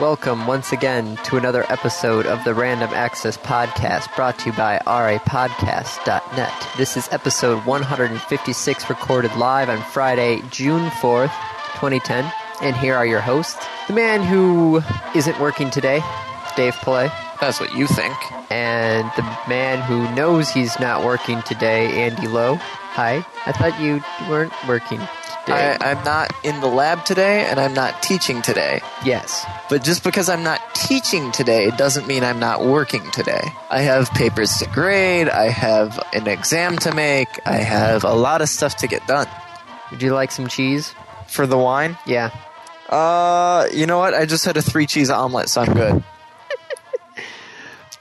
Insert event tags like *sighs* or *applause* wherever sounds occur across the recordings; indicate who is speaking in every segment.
Speaker 1: Welcome once again to another episode of the Random Access Podcast brought to you by rapodcast.net. This is episode 156 recorded live on Friday, June 4th, 2010. And here are your hosts the man who isn't working today, Dave Play,
Speaker 2: That's what you think.
Speaker 1: and the man who knows he's not working today, Andy Lowe. Hi, I thought you weren't working today.
Speaker 2: I, I'm not in the lab today and I'm not teaching today.
Speaker 1: yes.
Speaker 2: But just because I'm not teaching today doesn't mean I'm not working today. I have papers to grade, I have an exam to make, I have a lot of stuff to get done.
Speaker 1: Would you like some cheese?
Speaker 2: For the wine?
Speaker 1: Yeah.
Speaker 2: Uh, you know what? I just had a three cheese omelet, so I'm *laughs* good.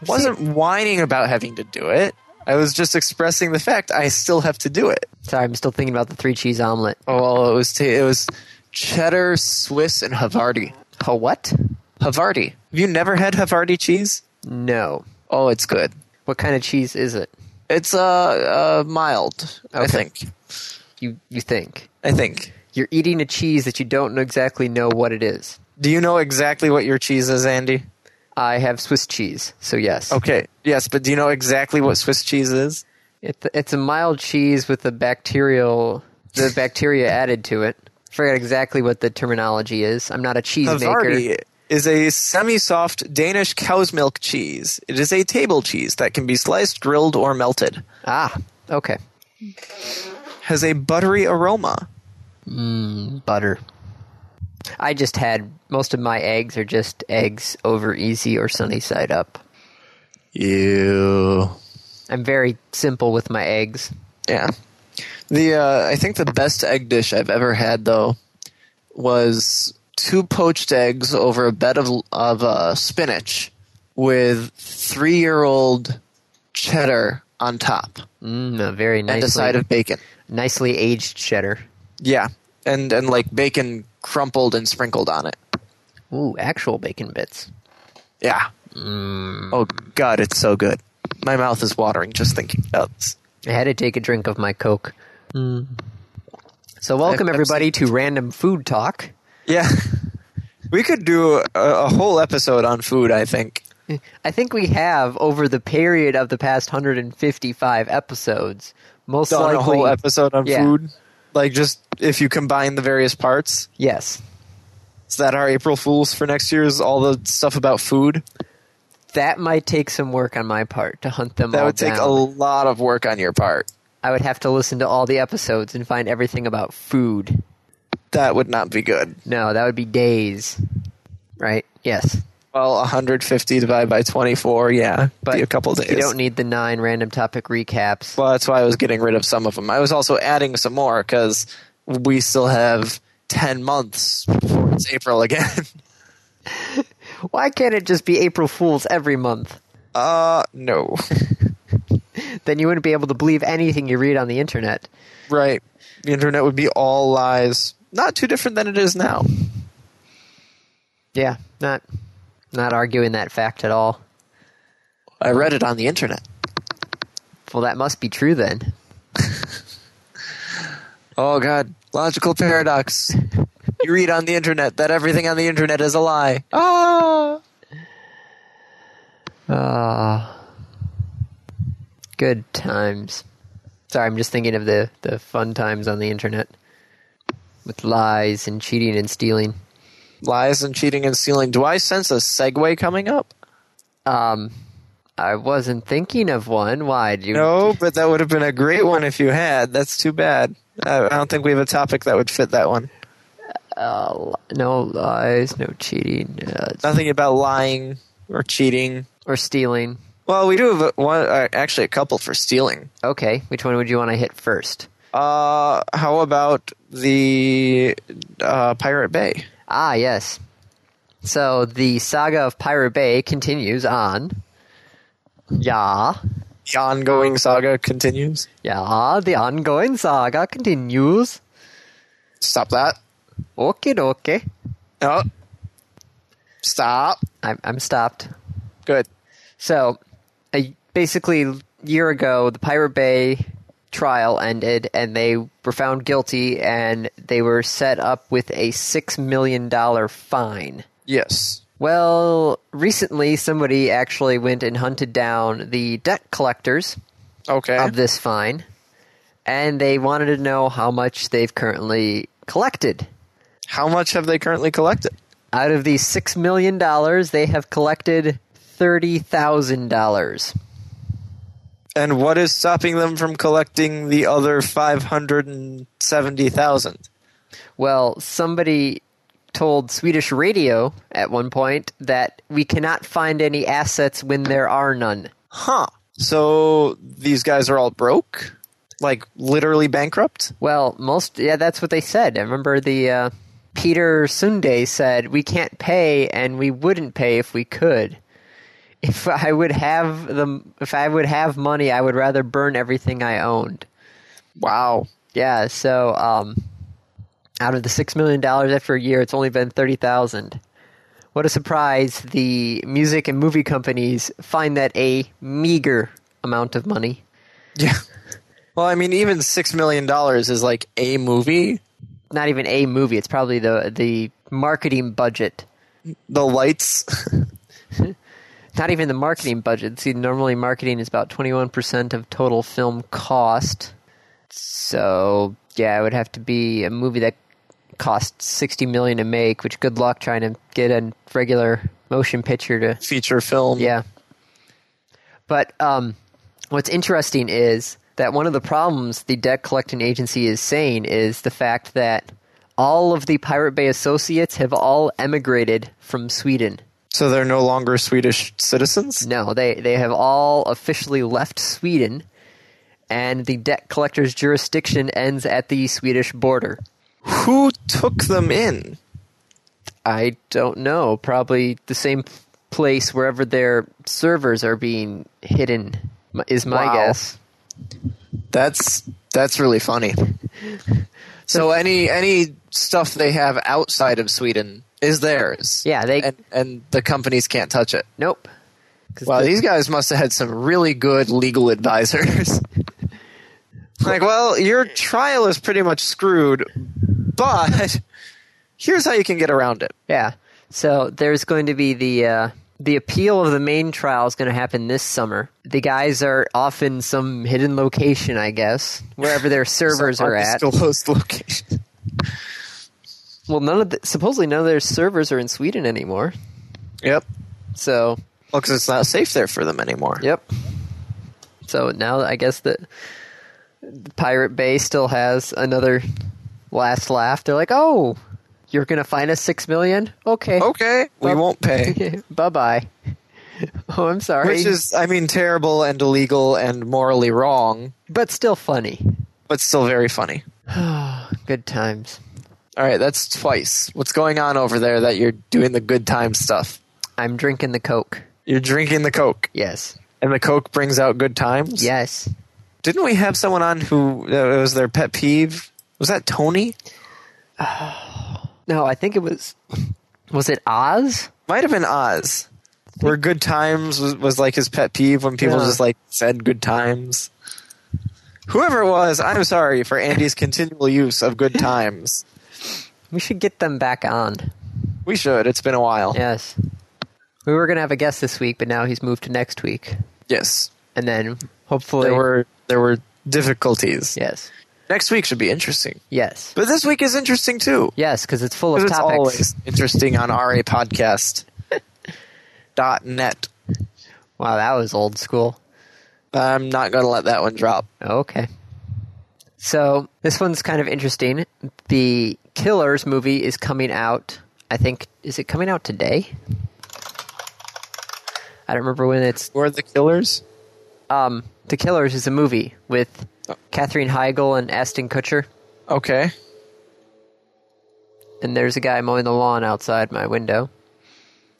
Speaker 2: Wasn't whining about having to do it. I was just expressing the fact I still have to do it.
Speaker 1: Sorry, I'm still thinking about the three cheese omelet.
Speaker 2: Oh, well, it was t- it was cheddar, Swiss, and Havarti.
Speaker 1: A what?
Speaker 2: Havarti. Have you never had Havarti cheese?
Speaker 1: No.
Speaker 2: Oh, it's good.
Speaker 1: What kind of cheese is it?
Speaker 2: It's uh, uh mild. I
Speaker 1: Okay.
Speaker 2: think.
Speaker 1: You you think
Speaker 2: I think.
Speaker 1: you're eating a cheese that you don't know exactly know what it is?
Speaker 2: Do you know exactly what your cheese is, Andy?
Speaker 1: I have Swiss cheese, so yes.
Speaker 2: Okay. Yes, but do you know exactly what Swiss cheese is?
Speaker 1: It, it's a mild cheese with the bacterial the bacteria added to it. Forget exactly what the terminology is. I'm not a cheese maker.
Speaker 2: Havarti is a semi-soft Danish cow's milk cheese. It is a table cheese that can be sliced, grilled, or melted.
Speaker 1: Ah, okay.
Speaker 2: Has a buttery aroma.
Speaker 1: Butter. I just had most of my eggs are just eggs over easy or sunny side up.
Speaker 2: Ew.
Speaker 1: I'm very simple with my eggs.
Speaker 2: Yeah. The uh, I think the best egg dish I've ever had though was two poached eggs over a bed of of uh, spinach with three year old cheddar on top
Speaker 1: Mm, a very
Speaker 2: and
Speaker 1: nicely
Speaker 2: a side of bacon.
Speaker 1: nicely aged cheddar.
Speaker 2: Yeah, and and like bacon crumpled and sprinkled on it.
Speaker 1: Ooh, actual bacon bits.
Speaker 2: Yeah. Oh God, it's so good. My mouth is watering just thinking about this.
Speaker 1: I had to take a drink of my Coke. So, welcome
Speaker 2: I've- I've
Speaker 1: everybody to Random Food Talk.
Speaker 2: Yeah, *laughs* we could do a, a whole episode on food. I think.
Speaker 1: I think we have, over the period of the past 155 episodes, most
Speaker 2: done
Speaker 1: likely.
Speaker 2: a whole episode on
Speaker 1: Yeah.
Speaker 2: food. Like just if you combine the various parts,
Speaker 1: yes.
Speaker 2: is that our April Fools for next year? Is all the stuff about food?
Speaker 1: That might take some work on my part to hunt them
Speaker 2: That
Speaker 1: all
Speaker 2: would take a
Speaker 1: down.
Speaker 2: lot of work on your part.
Speaker 1: I would have to listen to all the episodes and find everything about food.
Speaker 2: That would not be good.
Speaker 1: No, that would be days. Right? Yes.
Speaker 2: Well, 150 divided by 24, yeah,
Speaker 1: But
Speaker 2: but be a couple days.
Speaker 1: You don't need the nine random topic recaps.
Speaker 2: well, that's why I was getting rid of some of them. I was also adding some more because we still have 10 months before it's April again. *laughs*
Speaker 1: Why can't it just be April Fools every month?
Speaker 2: uh,
Speaker 1: *laughs*
Speaker 2: no.
Speaker 1: Then you wouldn't be able to believe anything you read on the internet.
Speaker 2: right. The internet would be all lies. Not too different than it is now.
Speaker 1: Yeah, not not arguing that fact at all.
Speaker 2: I read it on the internet.
Speaker 1: Well, that must be true then.
Speaker 2: Oh God, logical paradox. you read on the internet that everything on the internet is a lie. Ah.
Speaker 1: Ah. Good times. Sorry, I'm just thinking of the the fun times on the internet with lies and cheating and stealing.
Speaker 2: Lies and cheating and stealing. Do I sense a segue coming up?
Speaker 1: Um, I wasn't thinking of one. Why do you?
Speaker 2: No, but that would have been a great one if you had. That's too bad. I I don't think we have a topic that would fit that one.
Speaker 1: Uh, no lies, no cheating, uh,
Speaker 2: Nothing about lying or cheating.
Speaker 1: or stealing.
Speaker 2: Well, we do have a, one, uh, actually a couple for stealing.
Speaker 1: Okay, which one would you want to hit first?
Speaker 2: Uh, how about the uh, Pirate Bay?
Speaker 1: Ah, yes. So the saga of Pirate Bay continues on. Yeah.
Speaker 2: The ongoing saga continues.
Speaker 1: Yeah, the ongoing saga continues.
Speaker 2: Stop that.
Speaker 1: Okay, okay.
Speaker 2: Oh. Stop.
Speaker 1: I'm, I'm stopped.
Speaker 2: Good.
Speaker 1: So, a, basically, a year ago, the Pirate Bay trial ended, and they were found guilty, and they were set up with a $6 million fine.
Speaker 2: Yes.
Speaker 1: Well, recently somebody actually went and hunted down the debt collectors
Speaker 2: Okay.
Speaker 1: of this fine, and they wanted to know how much they've currently collected.
Speaker 2: How much have they currently collected?
Speaker 1: Out of the $6 million, they have collected $30,000.
Speaker 2: And what is stopping them from collecting the other 570,000?
Speaker 1: Well, somebody told Swedish radio at one point that we cannot find any assets when there are none.
Speaker 2: Huh. So these guys are all broke? Like literally bankrupt?
Speaker 1: Well, most yeah, that's what they said. I remember the uh, Peter Sunday said we can't pay, and we wouldn't pay if we could. If I would have the if I would have money, I would rather burn everything I owned.
Speaker 2: Wow. *laughs*
Speaker 1: Yeah, so um, out of the six million dollars after a year, it's only been thirty thousand. What a surprise! The music and movie companies find that a meager amount of money.
Speaker 2: Yeah. Well, I mean, even $6 million is like a movie.
Speaker 1: Not even a movie. It's probably the the marketing budget.
Speaker 2: The lights. *laughs*
Speaker 1: Not even the marketing budget. See, normally marketing is about twenty one percent of total film cost. So yeah, it would have to be a movie that costs sixty million to make. Which good luck trying to get a regular motion picture to
Speaker 2: Feature film.
Speaker 1: Yeah. But um, what's interesting is that one of the problems the debt collecting agency is saying is the fact that all of the Pirate Bay associates have all emigrated from Sweden.
Speaker 2: So they're no longer Swedish citizens?
Speaker 1: No, they, they have all officially left Sweden, and the debt collector's jurisdiction ends at the Swedish border.
Speaker 2: Who took them in?
Speaker 1: I don't know. Probably the same place wherever their servers are being hidden, m- is my
Speaker 2: Wow.
Speaker 1: guess.
Speaker 2: That's that's
Speaker 1: *laughs*
Speaker 2: really funny. So any any stuff they have outside of Sweden is theirs.
Speaker 1: Yeah, they-
Speaker 2: and, and the companies can't touch it.
Speaker 1: Nope. 'Cause
Speaker 2: Wow,
Speaker 1: the-
Speaker 2: these guys must have had some really good legal advisors. *laughs* like, well, your trial is pretty much screwed, but *laughs* here's how you can get around it.
Speaker 1: Yeah. So there's going to be the uh, the appeal of the main trial is going to happen this summer. The guys are off in some hidden location, I guess, wherever
Speaker 2: *laughs*
Speaker 1: their servers are at.
Speaker 2: Undisclosed location.
Speaker 1: Well, none of the, supposedly none of their servers are in Sweden anymore.
Speaker 2: Yep.
Speaker 1: So
Speaker 2: Well, because it's not safe there for them anymore.
Speaker 1: yep. So now I guess that Pirate Bay still has another last laugh. They're like, oh, you're going to fine us six million? Okay.
Speaker 2: Okay, we
Speaker 1: Well- *laughs*
Speaker 2: won't pay.
Speaker 1: bye bye. Oh, I'm sorry.
Speaker 2: Which is, I mean, terrible and illegal and morally wrong,
Speaker 1: but still funny.
Speaker 2: but still very funny.
Speaker 1: Good times.
Speaker 2: All right, that's twice. What's going on over there that you're doing the good time stuff?
Speaker 1: I'm drinking the Coke.
Speaker 2: You're drinking the Coke,
Speaker 1: Yes.
Speaker 2: and the Coke brings out good times?
Speaker 1: Yes.
Speaker 2: Didn't we have someone on who uh, it was their pet peeve? Was that Tony?
Speaker 1: No, I think it was. Was it Oz?
Speaker 2: Might have been Oz. Where good times was, was like his pet peeve when people
Speaker 1: Yeah.
Speaker 2: just like said good times. Whoever it was, I'm sorry for Andy's continual use of good times.
Speaker 1: We should get them back on.
Speaker 2: We should. It's been a while.
Speaker 1: Yes. We were going to have a guest this week, but now he's moved to next week.
Speaker 2: Yes.
Speaker 1: And then hopefully.
Speaker 2: There were there were difficulties.
Speaker 1: Yes.
Speaker 2: Next week should be interesting.
Speaker 1: Yes.
Speaker 2: But this week is interesting too.
Speaker 1: Yes, because it's full of
Speaker 2: 'Cause it's
Speaker 1: topics.
Speaker 2: always interesting on RA podcast *laughs* dot net.
Speaker 1: Wow, that was old school.
Speaker 2: I'm not gonna let that one drop.
Speaker 1: Okay. So this one's kind of interesting. The Killers movie is coming out. I think is it coming out today? I don't remember when it's.
Speaker 2: Who are the killers?
Speaker 1: Um, the Killers is a movie with
Speaker 2: Oh.
Speaker 1: Katherine Heigl and Aston Kutcher,
Speaker 2: Okay.
Speaker 1: and there's a guy mowing the lawn outside my window.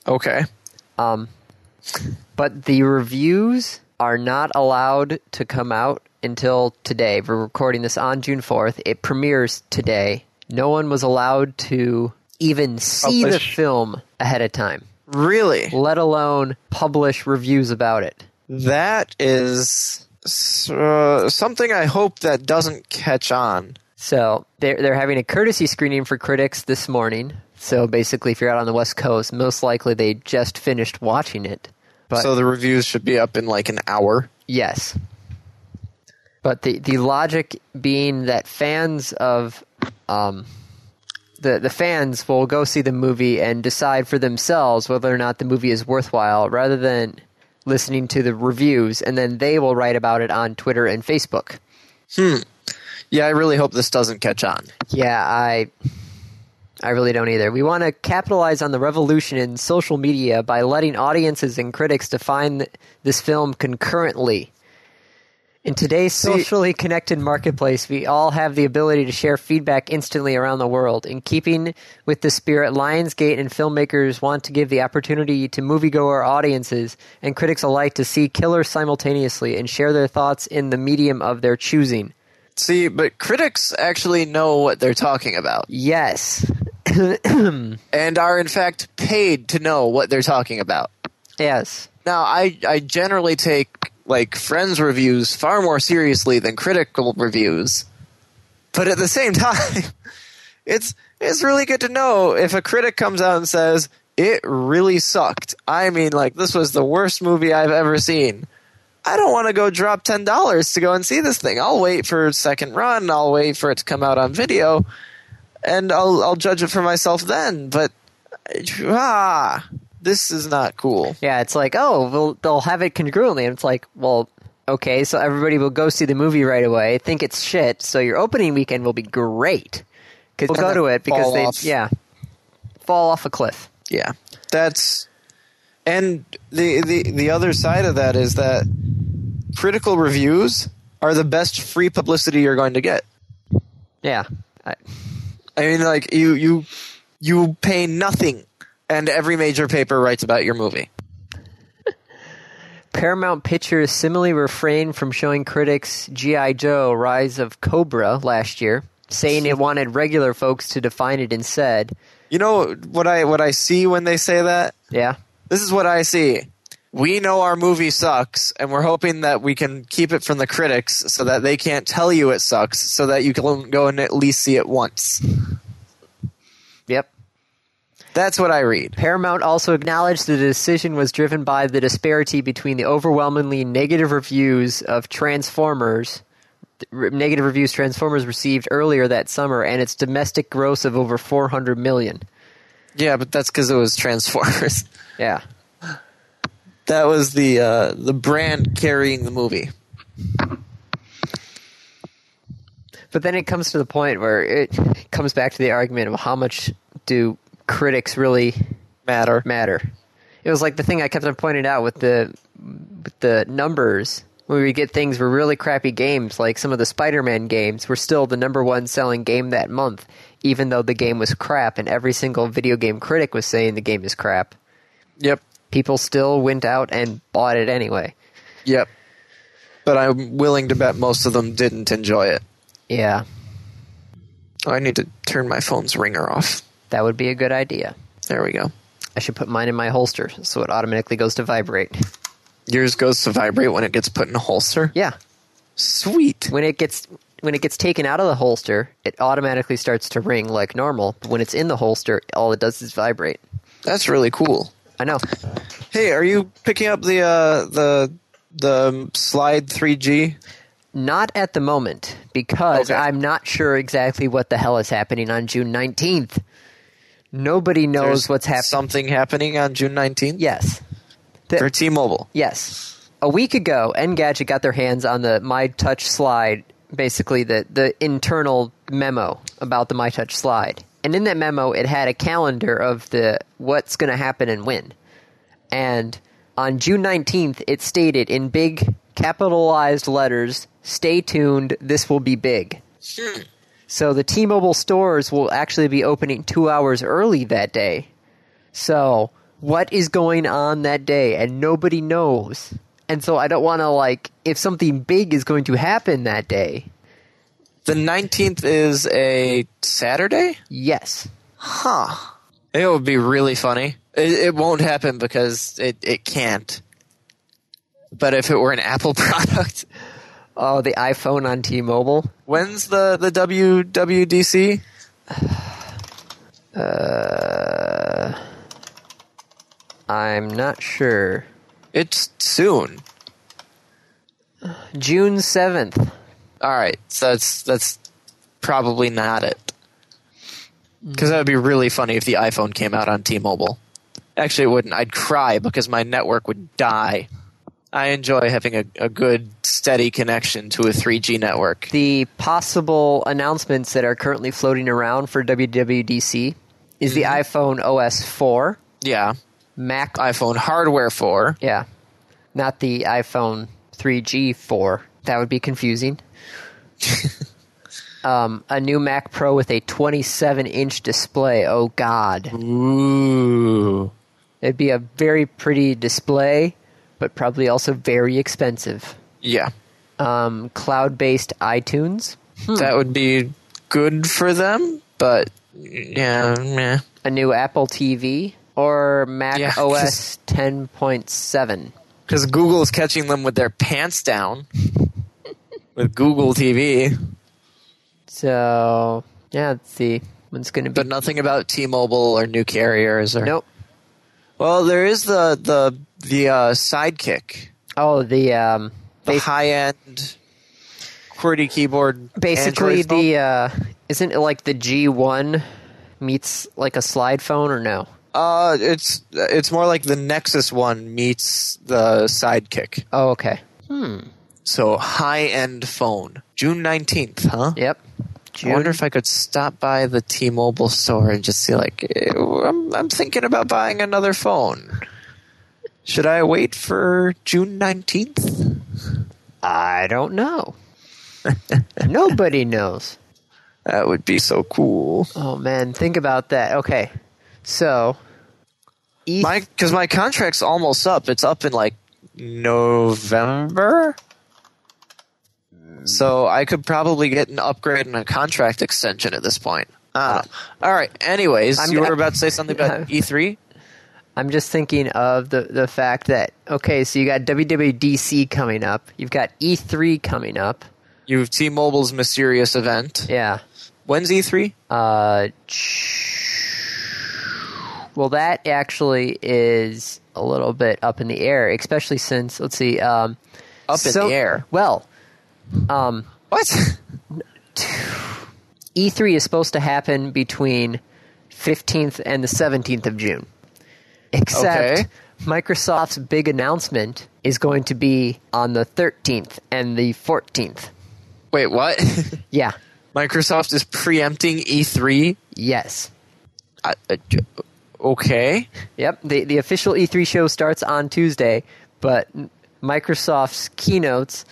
Speaker 2: Okay.
Speaker 1: Um, but the reviews are not allowed to come out until today. We're recording this on June 4th. It premieres today. No one was allowed to even see the
Speaker 2: Publish.
Speaker 1: film ahead of time,
Speaker 2: Really?
Speaker 1: let alone publish reviews about it.
Speaker 2: That is uh, something I hope that doesn't catch on.
Speaker 1: So they're, they're having a courtesy screening for critics this morning So basically, if you're out on the West Coast, most likely they just finished watching it. But
Speaker 2: so the reviews should be up in like an hour.
Speaker 1: yes. But the, the logic being that fans of um, the, the fans will go see the movie and decide for themselves whether or not the movie is worthwhile rather than listening to the reviews and then they will write about it on Twitter and Facebook.
Speaker 2: Yeah, I really hope this doesn't catch on.
Speaker 1: Yeah, I I really don't either. We want to capitalize on the revolution in social media by letting audiences and critics define th- this film concurrently. In today's socially connected marketplace, we all have the ability to share feedback instantly around the world. In keeping with the spirit, Lionsgate and filmmakers want to give the opportunity to moviegoer audiences and critics alike to see killers simultaneously and share their thoughts in the medium of their choosing.
Speaker 2: See, but critics actually know what they're talking about
Speaker 1: Yes. *coughs*
Speaker 2: and are in fact paid to know what they're talking about.
Speaker 1: Yes.
Speaker 2: Now, I I generally take like friends reviews far more seriously than critical reviews. But at the same *laughs* time, it's it's really good to know if a critic comes out and says it really sucked. I mean, like this was the worst movie I've ever seen. I don't want to go drop ten dollars to go and see this thing. I'll wait for a second run. I'll wait for it to come out on video, and I'll I'll judge it for myself then. But ah, this is not cool.
Speaker 1: Yeah, it's like, oh, they'll, they'll have it congruently. And it's like, well, okay, so everybody will go see the movie right away, think it's shit, so your opening weekend will be great. Because we'll go
Speaker 2: kinda
Speaker 1: to it because
Speaker 2: fall
Speaker 1: they,
Speaker 2: off.
Speaker 1: yeah, fall off a cliff.
Speaker 2: Yeah, that's and the the the other side of that is that critical reviews are the best free publicity you're going to get.
Speaker 1: Yeah. I,
Speaker 2: I mean, like you you you pay nothing, and every major paper writes about your movie.
Speaker 1: Paramount Pictures similarly refrained from showing critics G.I. Joe Rise of Cobra last year, saying it wanted regular folks to define it instead.
Speaker 2: You know what I what I see when they say that?
Speaker 1: Yeah.
Speaker 2: This is what I see. We know our movie sucks, and we're hoping that we can keep it from the critics so that they can't tell you it sucks, so that you can go and at least see it once.
Speaker 1: Yep.
Speaker 2: That's what I read.
Speaker 1: Paramount also acknowledged the decision was driven by the disparity between the overwhelmingly negative reviews of Transformers, r- negative reviews Transformers received earlier that summer, and its domestic gross of over 400 million.
Speaker 2: Yeah, but that's because it was Transformers. *laughs*
Speaker 1: Yeah.
Speaker 2: that was the uh, the brand carrying the movie.
Speaker 1: But then it comes to the point where it comes back to the argument of how much do critics really
Speaker 2: Matter.
Speaker 1: matter. It was like the thing I kept on pointing out with the with the numbers. When we get things were really crappy games, like some of the Spider-Man games, were still the number one selling game that month, even though the game was crap and every single video game critic was saying the game is crap.
Speaker 2: Yep.
Speaker 1: People still went out and bought it anyway.
Speaker 2: Yep. But I'm willing to bet most of them didn't enjoy it.
Speaker 1: Yeah,
Speaker 2: Oh, I need to turn my phone's ringer off.
Speaker 1: that would be a good idea.
Speaker 2: There we go.
Speaker 1: I should put mine in my holster so it automatically goes to vibrate.
Speaker 2: Yours goes to vibrate when it gets put in a holster.
Speaker 1: Yeah,
Speaker 2: Sweet.
Speaker 1: when it gets when it gets taken out of the holster, it automatically starts to ring like normal. But when it's in the holster, all it does is vibrate.
Speaker 2: That's really cool.
Speaker 1: I know.
Speaker 2: Hey, are you picking up the uh, the the slide 3G?
Speaker 1: Not at the moment because
Speaker 2: Okay.
Speaker 1: I'm not sure exactly what the hell is happening on June 19th. Nobody knows
Speaker 2: There's
Speaker 1: what's happening.
Speaker 2: Something happening on June 19th
Speaker 1: yes.
Speaker 2: for T-Mobile.
Speaker 1: Yes. A week ago, Engadget got their hands on the My Touch slide, basically the, the internal memo about the My Touch slide. And in that memo, it had a calendar of the what's going to happen and when. And on June 19th, it stated in big capitalized letters, "Stay tuned, this will be big." So the T-Mobile stores will actually be opening 2 hours early that day. So, what is going on that day? And nobody knows. And so, I don't want to, like, if something big is going to happen that day,
Speaker 2: The 19th is a Saturday?
Speaker 1: yes.
Speaker 2: Huh. It would be really funny. It, it won't happen because it, it can't. But if it were an *laughs* Apple product,
Speaker 1: Oh, the iPhone on T Mobile?
Speaker 2: when's the, the WWDC?
Speaker 1: Uh, I'm not sure.
Speaker 2: It's soon.
Speaker 1: June 7th.
Speaker 2: All right, so that's that's probably not it. Because that would be really funny if the iPhone came out on T-Mobile. Actually, it wouldn't. I'd cry because my network would die. I enjoy having a, a good, steady connection to a 3G network.
Speaker 1: The possible announcements that are currently floating around for WWDC is the iPhone OS 4,
Speaker 2: Yeah,
Speaker 1: Mac.
Speaker 2: iPhone hardware 4.
Speaker 1: yeah. Not the iPhone 3G 4. That would be
Speaker 2: *laughs*
Speaker 1: confusing. um, a new Mac Pro with a 27 inch display. Oh, God.
Speaker 2: Ooh.
Speaker 1: It'd be a very pretty display, but probably also very expensive.
Speaker 2: Yeah,
Speaker 1: Um, Cloud based iTunes,
Speaker 2: that would be good for them, but yeah, meh.
Speaker 1: a new Apple TV, or Mac
Speaker 2: Yeah, 'cause- *laughs*
Speaker 1: OS 10.7.
Speaker 2: Because Google's catching them with their
Speaker 1: *laughs*
Speaker 2: pants down with Google TV,
Speaker 1: So, yeah, let's see. One's going to be.
Speaker 2: but nothing about T-Mobile or new carriers or
Speaker 1: nope.
Speaker 2: Well, there is the the the uh, sidekick,
Speaker 1: Oh, the. Um,
Speaker 2: the
Speaker 1: bas-
Speaker 2: high end QWERTY keyboard.
Speaker 1: basically,
Speaker 2: Android phone.
Speaker 1: the. Uh, isn't it like the G1 meets like a slide phone, or no?
Speaker 2: uh, it's it's more like the Nexus one meets the sidekick.
Speaker 1: Oh, okay.
Speaker 2: So high end phone, June nineteenth, huh?
Speaker 1: Yep.
Speaker 2: I wonder
Speaker 1: June-
Speaker 2: if I could stop by the T-Mobile store and just see, like, eh, I'm, I'm thinking about buying another phone. Should I wait for June nineteenth?
Speaker 1: I don't
Speaker 2: *laughs*
Speaker 1: know. Nobody knows.
Speaker 2: That would be so cool.
Speaker 1: Oh man, think about that. Okay, so E-
Speaker 2: My because my contract's almost up. It's up in like November. So I could probably get an upgrade and a contract extension at this point. Ah, all right. Anyways,
Speaker 1: I'm-
Speaker 2: you were about to say something
Speaker 1: *laughs*
Speaker 2: about E E3.
Speaker 1: I'm just thinking of the the fact that okay, so you got WWDC coming up, you've got E3 coming up.
Speaker 2: You have T-Mobile's mysterious event.
Speaker 1: Yeah.
Speaker 2: When's E E3?
Speaker 1: Uh, ch- well, that actually is a little bit up in the air, especially since let's see, um,
Speaker 2: Up in
Speaker 1: so-
Speaker 2: the air.
Speaker 1: Well, um,
Speaker 2: What? *laughs*
Speaker 1: E3 is supposed to happen between 15th and the 17th of June. Except
Speaker 2: Okay.
Speaker 1: Microsoft's big announcement is going to be on the 13th and the 14th.
Speaker 2: Wait, what?
Speaker 1: Yeah.
Speaker 2: *laughs* Microsoft is preempting E3.
Speaker 1: Yes.
Speaker 2: I, uh, j- okay.
Speaker 1: Yep. The the official E3 show starts on Tuesday, but Microsoft's keynotes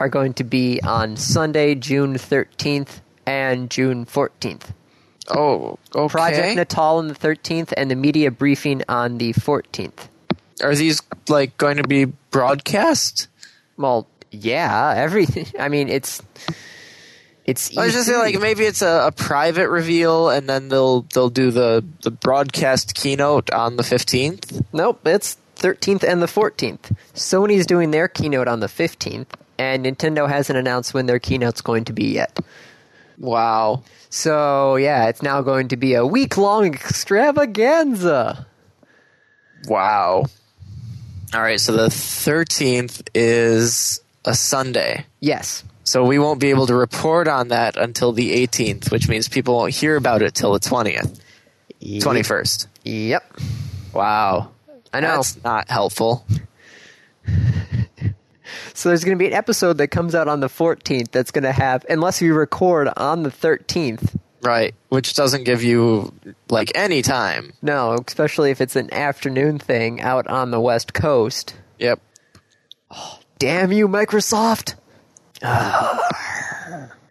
Speaker 1: are going to be on Sunday, June 13th and June 14th.
Speaker 2: Oh, okay.
Speaker 1: Project Natal on the 13th and the media briefing on the 14th.
Speaker 2: Are these like going to be broadcast?
Speaker 1: Well, yeah, everything. *laughs* I mean, it's it's. E
Speaker 2: I was just saying,
Speaker 1: E3.
Speaker 2: like maybe it's a, a private reveal, and then they'll they'll do the the broadcast keynote on the fifteenth.
Speaker 1: nope. It's thirteenth and the fourteenth. Sony's doing their keynote on the fifteenth, and Nintendo hasn't announced when their keynote's going to be yet.
Speaker 2: Wow,
Speaker 1: So yeah, it's now going to be a week long extravaganza.
Speaker 2: wow. All right, so the thirteenth is a Sunday,
Speaker 1: Yes,
Speaker 2: so we won't be able to report on that until the eighteenth, which means people won't hear about it till the twentieth,
Speaker 1: Mm-hmm.
Speaker 2: twenty first.
Speaker 1: Yep,
Speaker 2: Wow,
Speaker 1: I know.
Speaker 2: that's not helpful.
Speaker 1: So there's going to be an episode that comes out on the fourteenth. That's going to have, unless we record on the thirteenth.
Speaker 2: Right, which doesn't give you like any time.
Speaker 1: No, especially if it's an afternoon thing out on the west coast.
Speaker 2: Yep.
Speaker 1: Damn you, Microsoft!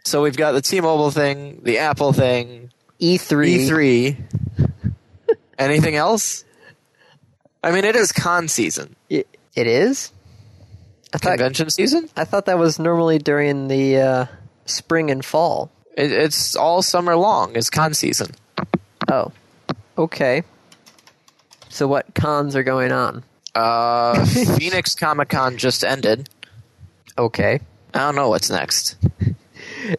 Speaker 2: So we've got the T-Mobile thing, the Apple thing,
Speaker 1: E3.
Speaker 2: E E3. Anything else? I mean, it is con season,
Speaker 1: I- it is. I thought
Speaker 2: convention season.
Speaker 1: I thought that was normally during the uh, spring and fall.
Speaker 2: It, it's all summer long. It's con season.
Speaker 1: Oh, okay. So what cons are going on? *laughs*
Speaker 2: Uh, Phoenix Comic Con just ended.
Speaker 1: Okay,
Speaker 2: I don't know what's next.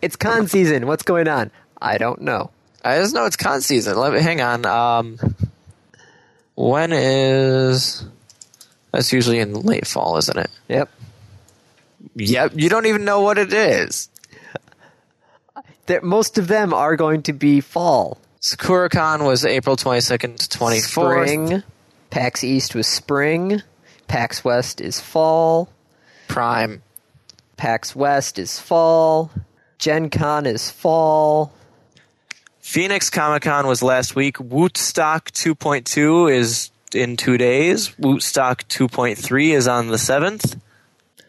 Speaker 1: it's con season. What's going on? I don't know.
Speaker 2: I just know it's con season. Let me hang on. Um, when is? That's usually in late fall, isn't it?
Speaker 1: Yep.
Speaker 2: Yep. You don't even know what it is.
Speaker 1: There, most of them are going to be fall.
Speaker 2: SakuraCon was April twenty second to twenty fourth.
Speaker 1: Spring. PAX East was spring. PAX West is fall.
Speaker 2: Prime.
Speaker 1: PAX West is fall. Gen Con is fall.
Speaker 2: Phoenix Comic Con was last week. Wootstock 2.2 is in two days. Wootstock 2.3 is on the 7th.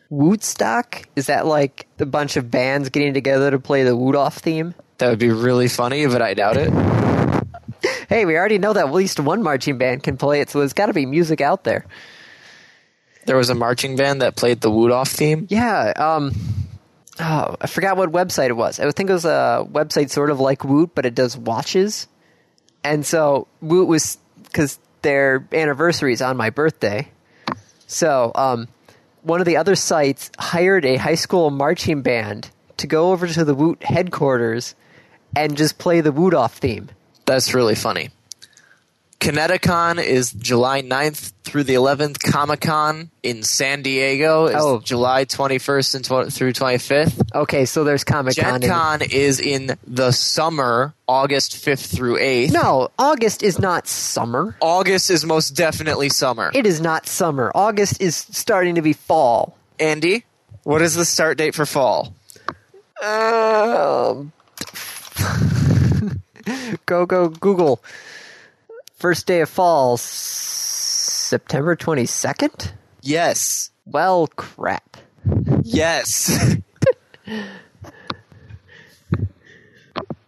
Speaker 1: Woodstock? Is that like a bunch of bands getting together to play the Wood Off theme?
Speaker 2: That would be really funny, but I doubt it.
Speaker 1: Hey, we already know that at least one marching band can play it, so there's got to be music out there.
Speaker 2: There was a marching band that played the Woot Off theme.
Speaker 1: Yeah. Um, oh, I forgot what website it was. I would think it was a website sort of like Woot, but it does watches. And so Woot was because their anniversary is on my birthday. So um, one of the other sites hired a high school marching band to go over to the Woot headquarters and just play the Woot Off theme.
Speaker 2: That's really funny. Kineticon is July 9th through the 11th. Comic Con in San Diego is
Speaker 1: Oh.
Speaker 2: July 21st and tw- through 25th.
Speaker 1: Okay, so there's Comic Con.
Speaker 2: Gen Con is in the summer, August 5th through 8th.
Speaker 1: No, August is not summer.
Speaker 2: August is most definitely summer.
Speaker 1: It is not summer. August is starting to be fall.
Speaker 2: Andy, what is the start date for fall?
Speaker 1: Um, *laughs* go go Google. First day of fall, S- September twenty second.
Speaker 2: Yes.
Speaker 1: Well, crap.
Speaker 2: Yes. *laughs*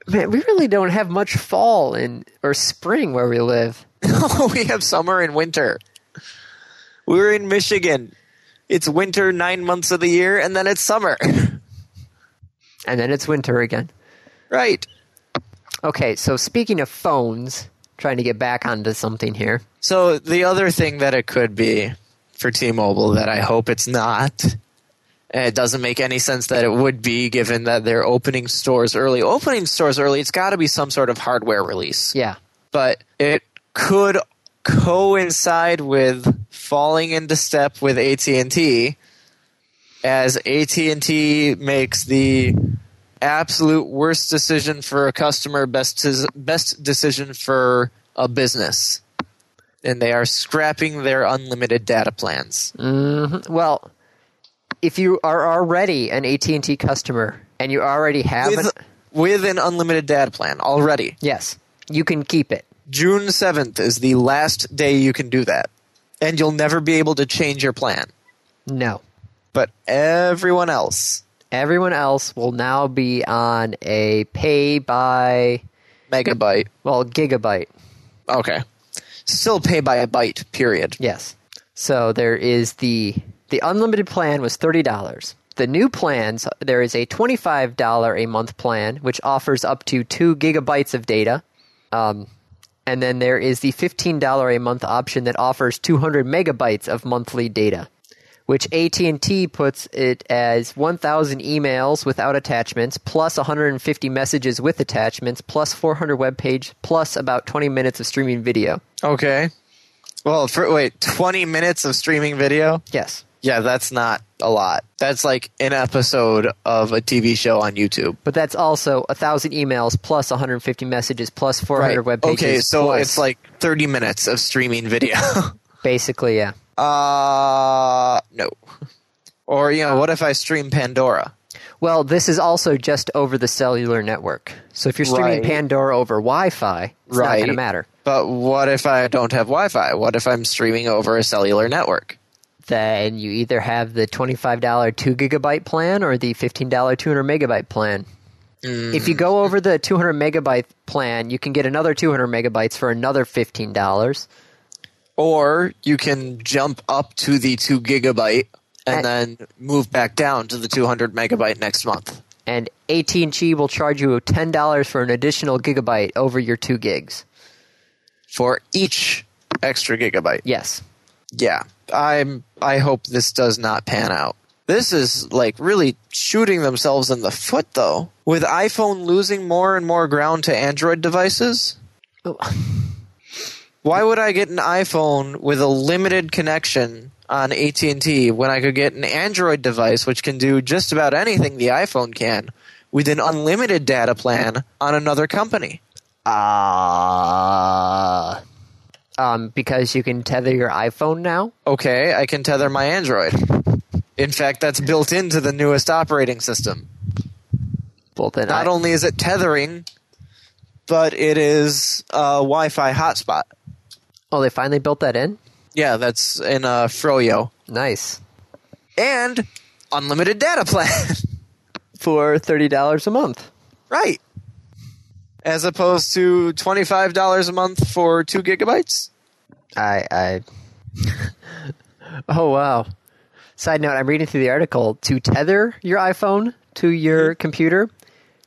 Speaker 1: Man, we really don't have much fall in or spring where we live.
Speaker 2: we have summer and winter. We're in Michigan. It's winter nine months of the year, and then it's summer. *laughs*
Speaker 1: And then it's winter again.
Speaker 2: right.
Speaker 1: Okay, so speaking of phones, trying to get back onto something here.
Speaker 2: So, the other thing that it could be for T Mobile that I hope it's not, and it doesn't make any sense that it would be given that they're opening stores early. Opening stores early, it's got to be some sort of hardware release.
Speaker 1: Yeah.
Speaker 2: but it could coincide with falling into step with AT&T as AT&T makes the absolute worst decision for a customer best best decision for a business and they are scrapping their unlimited data plans
Speaker 1: Well, if you are already an AT&T customer and you already have an,
Speaker 2: with, with an unlimited data plan already
Speaker 1: yes, you can keep it.
Speaker 2: June 7th is the last day you can do that and you'll never be able to change your plan
Speaker 1: No.
Speaker 2: but everyone else
Speaker 1: Everyone else will now be on a pay by
Speaker 2: megabyte
Speaker 1: well, gigabyte.
Speaker 2: okay still pay by a byte period
Speaker 1: Yes. So there is the the unlimited plan was thirty dollars. The new plans there is a twenty five dollar a month plan which offers up to two gigabytes of data, um, and then there is the fifteen dollar a month option that offers two hundred megabytes of monthly data, which AT and T puts it as one thousand emails without attachments, plus one hundred and fifty messages with attachments, plus four hundred web page, plus about twenty minutes of streaming video.
Speaker 2: okay well for, wait 20 minutes of streaming video
Speaker 1: Yes.
Speaker 2: yeah that's not a lot that's like an episode of a tv show on youtube
Speaker 1: But that's also a thousand emails plus 150 messages plus 400 web pages.
Speaker 2: okay so
Speaker 1: plus-
Speaker 2: it's like 30 minutes of streaming *laughs* video
Speaker 1: basically yeah.
Speaker 2: uh no or you know what if i stream pandora
Speaker 1: Well, this is also just over the cellular network. So if you're streaming
Speaker 2: Right.
Speaker 1: Pandora over Wi-Fi, it's not going to
Speaker 2: Right.
Speaker 1: matter.
Speaker 2: but what if i don't have wi-fi what if i'm streaming over a cellular network
Speaker 1: Then you either have the $25 two gigabyte plan or the $15 200 megabyte plan. If you
Speaker 2: Mm.
Speaker 1: go over the 200 megabyte plan, you can get another 200 megabytes for another $15.
Speaker 2: or you can jump up to the two gigabyte and then move back down to the 200 megabyte next month
Speaker 1: And AT&T will charge you $10 for an additional gigabyte over your 2 gigs.
Speaker 2: for each extra gigabyte
Speaker 1: Yes.
Speaker 2: yeah i'm i hope this does not pan out This is like really shooting themselves in the foot, though. With iPhone losing more and more ground to Android devices, why would I get an iPhone with a limited connection on AT&T when I could get an Android device which can do just about anything the iPhone can with an unlimited data plan on another company?
Speaker 1: Ah. um, because you can tether your iPhone now.
Speaker 2: Okay, I can tether my Android. In fact, that's built into the newest operating system.
Speaker 1: Well, then
Speaker 2: Not
Speaker 1: I,
Speaker 2: only is it tethering, but it is a Wi-Fi hotspot.
Speaker 1: oh, they finally built that in.
Speaker 2: Yeah, that's in uh, Froyo.
Speaker 1: Nice
Speaker 2: And unlimited data plan. *laughs*
Speaker 1: for thirty dollars a month.
Speaker 2: Right. As opposed to twenty-five dollars a month for two gigabytes.
Speaker 1: I I. *laughs* oh wow. Side note: I'm reading through the article. To tether your iPhone to your computer,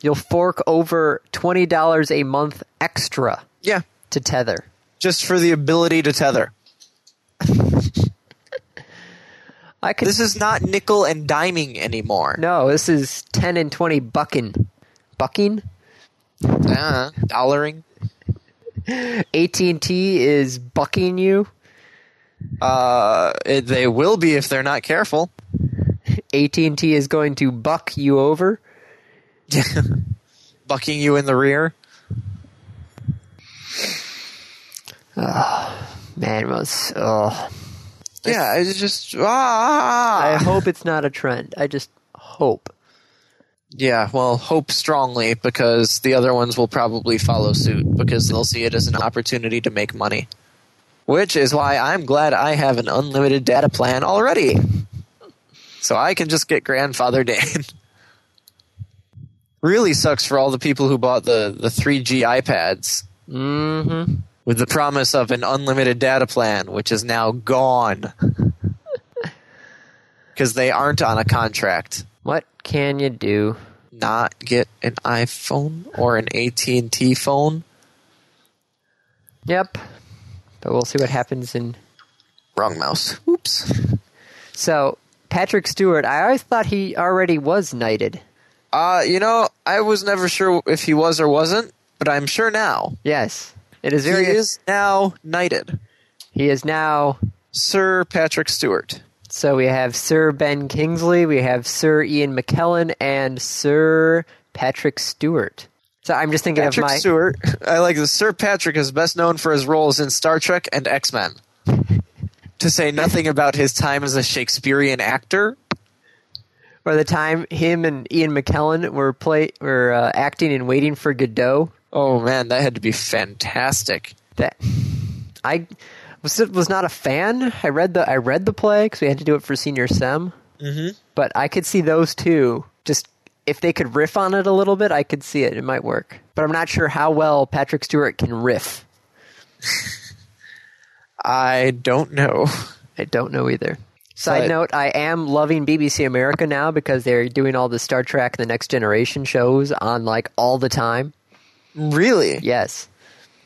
Speaker 1: you'll fork over twenty dollars a month extra
Speaker 2: Yeah,
Speaker 1: to tether.
Speaker 2: just for the ability to tether.
Speaker 1: I could
Speaker 2: This is not nickel and diming anymore.
Speaker 1: no. This is ten and twenty bucking, bucking.
Speaker 2: Uh, dollaring.
Speaker 1: AT and T is bucking you.
Speaker 2: Uh, it, they will be if they're not careful.
Speaker 1: AT and T is going to buck you over.
Speaker 2: *laughs* Bucking you in the rear.
Speaker 1: Man, it was oh.
Speaker 2: Yeah, it's just ah.
Speaker 1: I hope it's not a trend. I just hope.
Speaker 2: yeah, well, hope strongly because the other ones will probably follow suit because they'll see it as an opportunity to make money. Which is why I'm glad I have an unlimited data plan already. So I can just get grandfathered in. *laughs* really sucks for all the people who bought the, the 3G iPads
Speaker 1: Mm-hmm.
Speaker 2: with the promise of an unlimited data plan, which is now gone. *laughs* Because they aren't on a contract.
Speaker 1: What can you do?
Speaker 2: Not get an iPhone or an AT&T phone.
Speaker 1: Yep. But we'll see what happens in
Speaker 2: Wrong mouse. Oops.
Speaker 1: So, Patrick Stewart, I always thought he already was knighted.
Speaker 2: Uh, you know, I was never sure if he was or wasn't, but I'm sure now.
Speaker 1: Yes. It is
Speaker 2: He
Speaker 1: very
Speaker 2: is now knighted.
Speaker 1: he is now
Speaker 2: Sir Patrick Stewart.
Speaker 1: so we have Sir Ben Kingsley, we have Sir Ian McKellen and Sir Patrick Stewart. So I'm just thinking
Speaker 2: Patrick
Speaker 1: of my
Speaker 2: Stewart. I like this. Sir Patrick is best known for his roles in Star Trek and X Men. to say nothing about his time as a Shakespearean actor.
Speaker 1: or the time him and Ian McKellen were play were uh, acting and waiting for Godot.
Speaker 2: Oh man, that had to be fantastic.
Speaker 1: That I was was not a fan. I read the I read the play because we had to do it for senior sem. Mm-hmm. But I could see those two just if they could riff on it a little bit, I could see it. It might work, but I'm not sure how well Patrick Stewart can riff.
Speaker 2: I don't know.
Speaker 1: I don't know either. Side
Speaker 2: But-
Speaker 1: note: I am loving BBC America now because they're doing all the Star Trek: The Next Generation shows on like all the time.
Speaker 2: Really?
Speaker 1: Yes,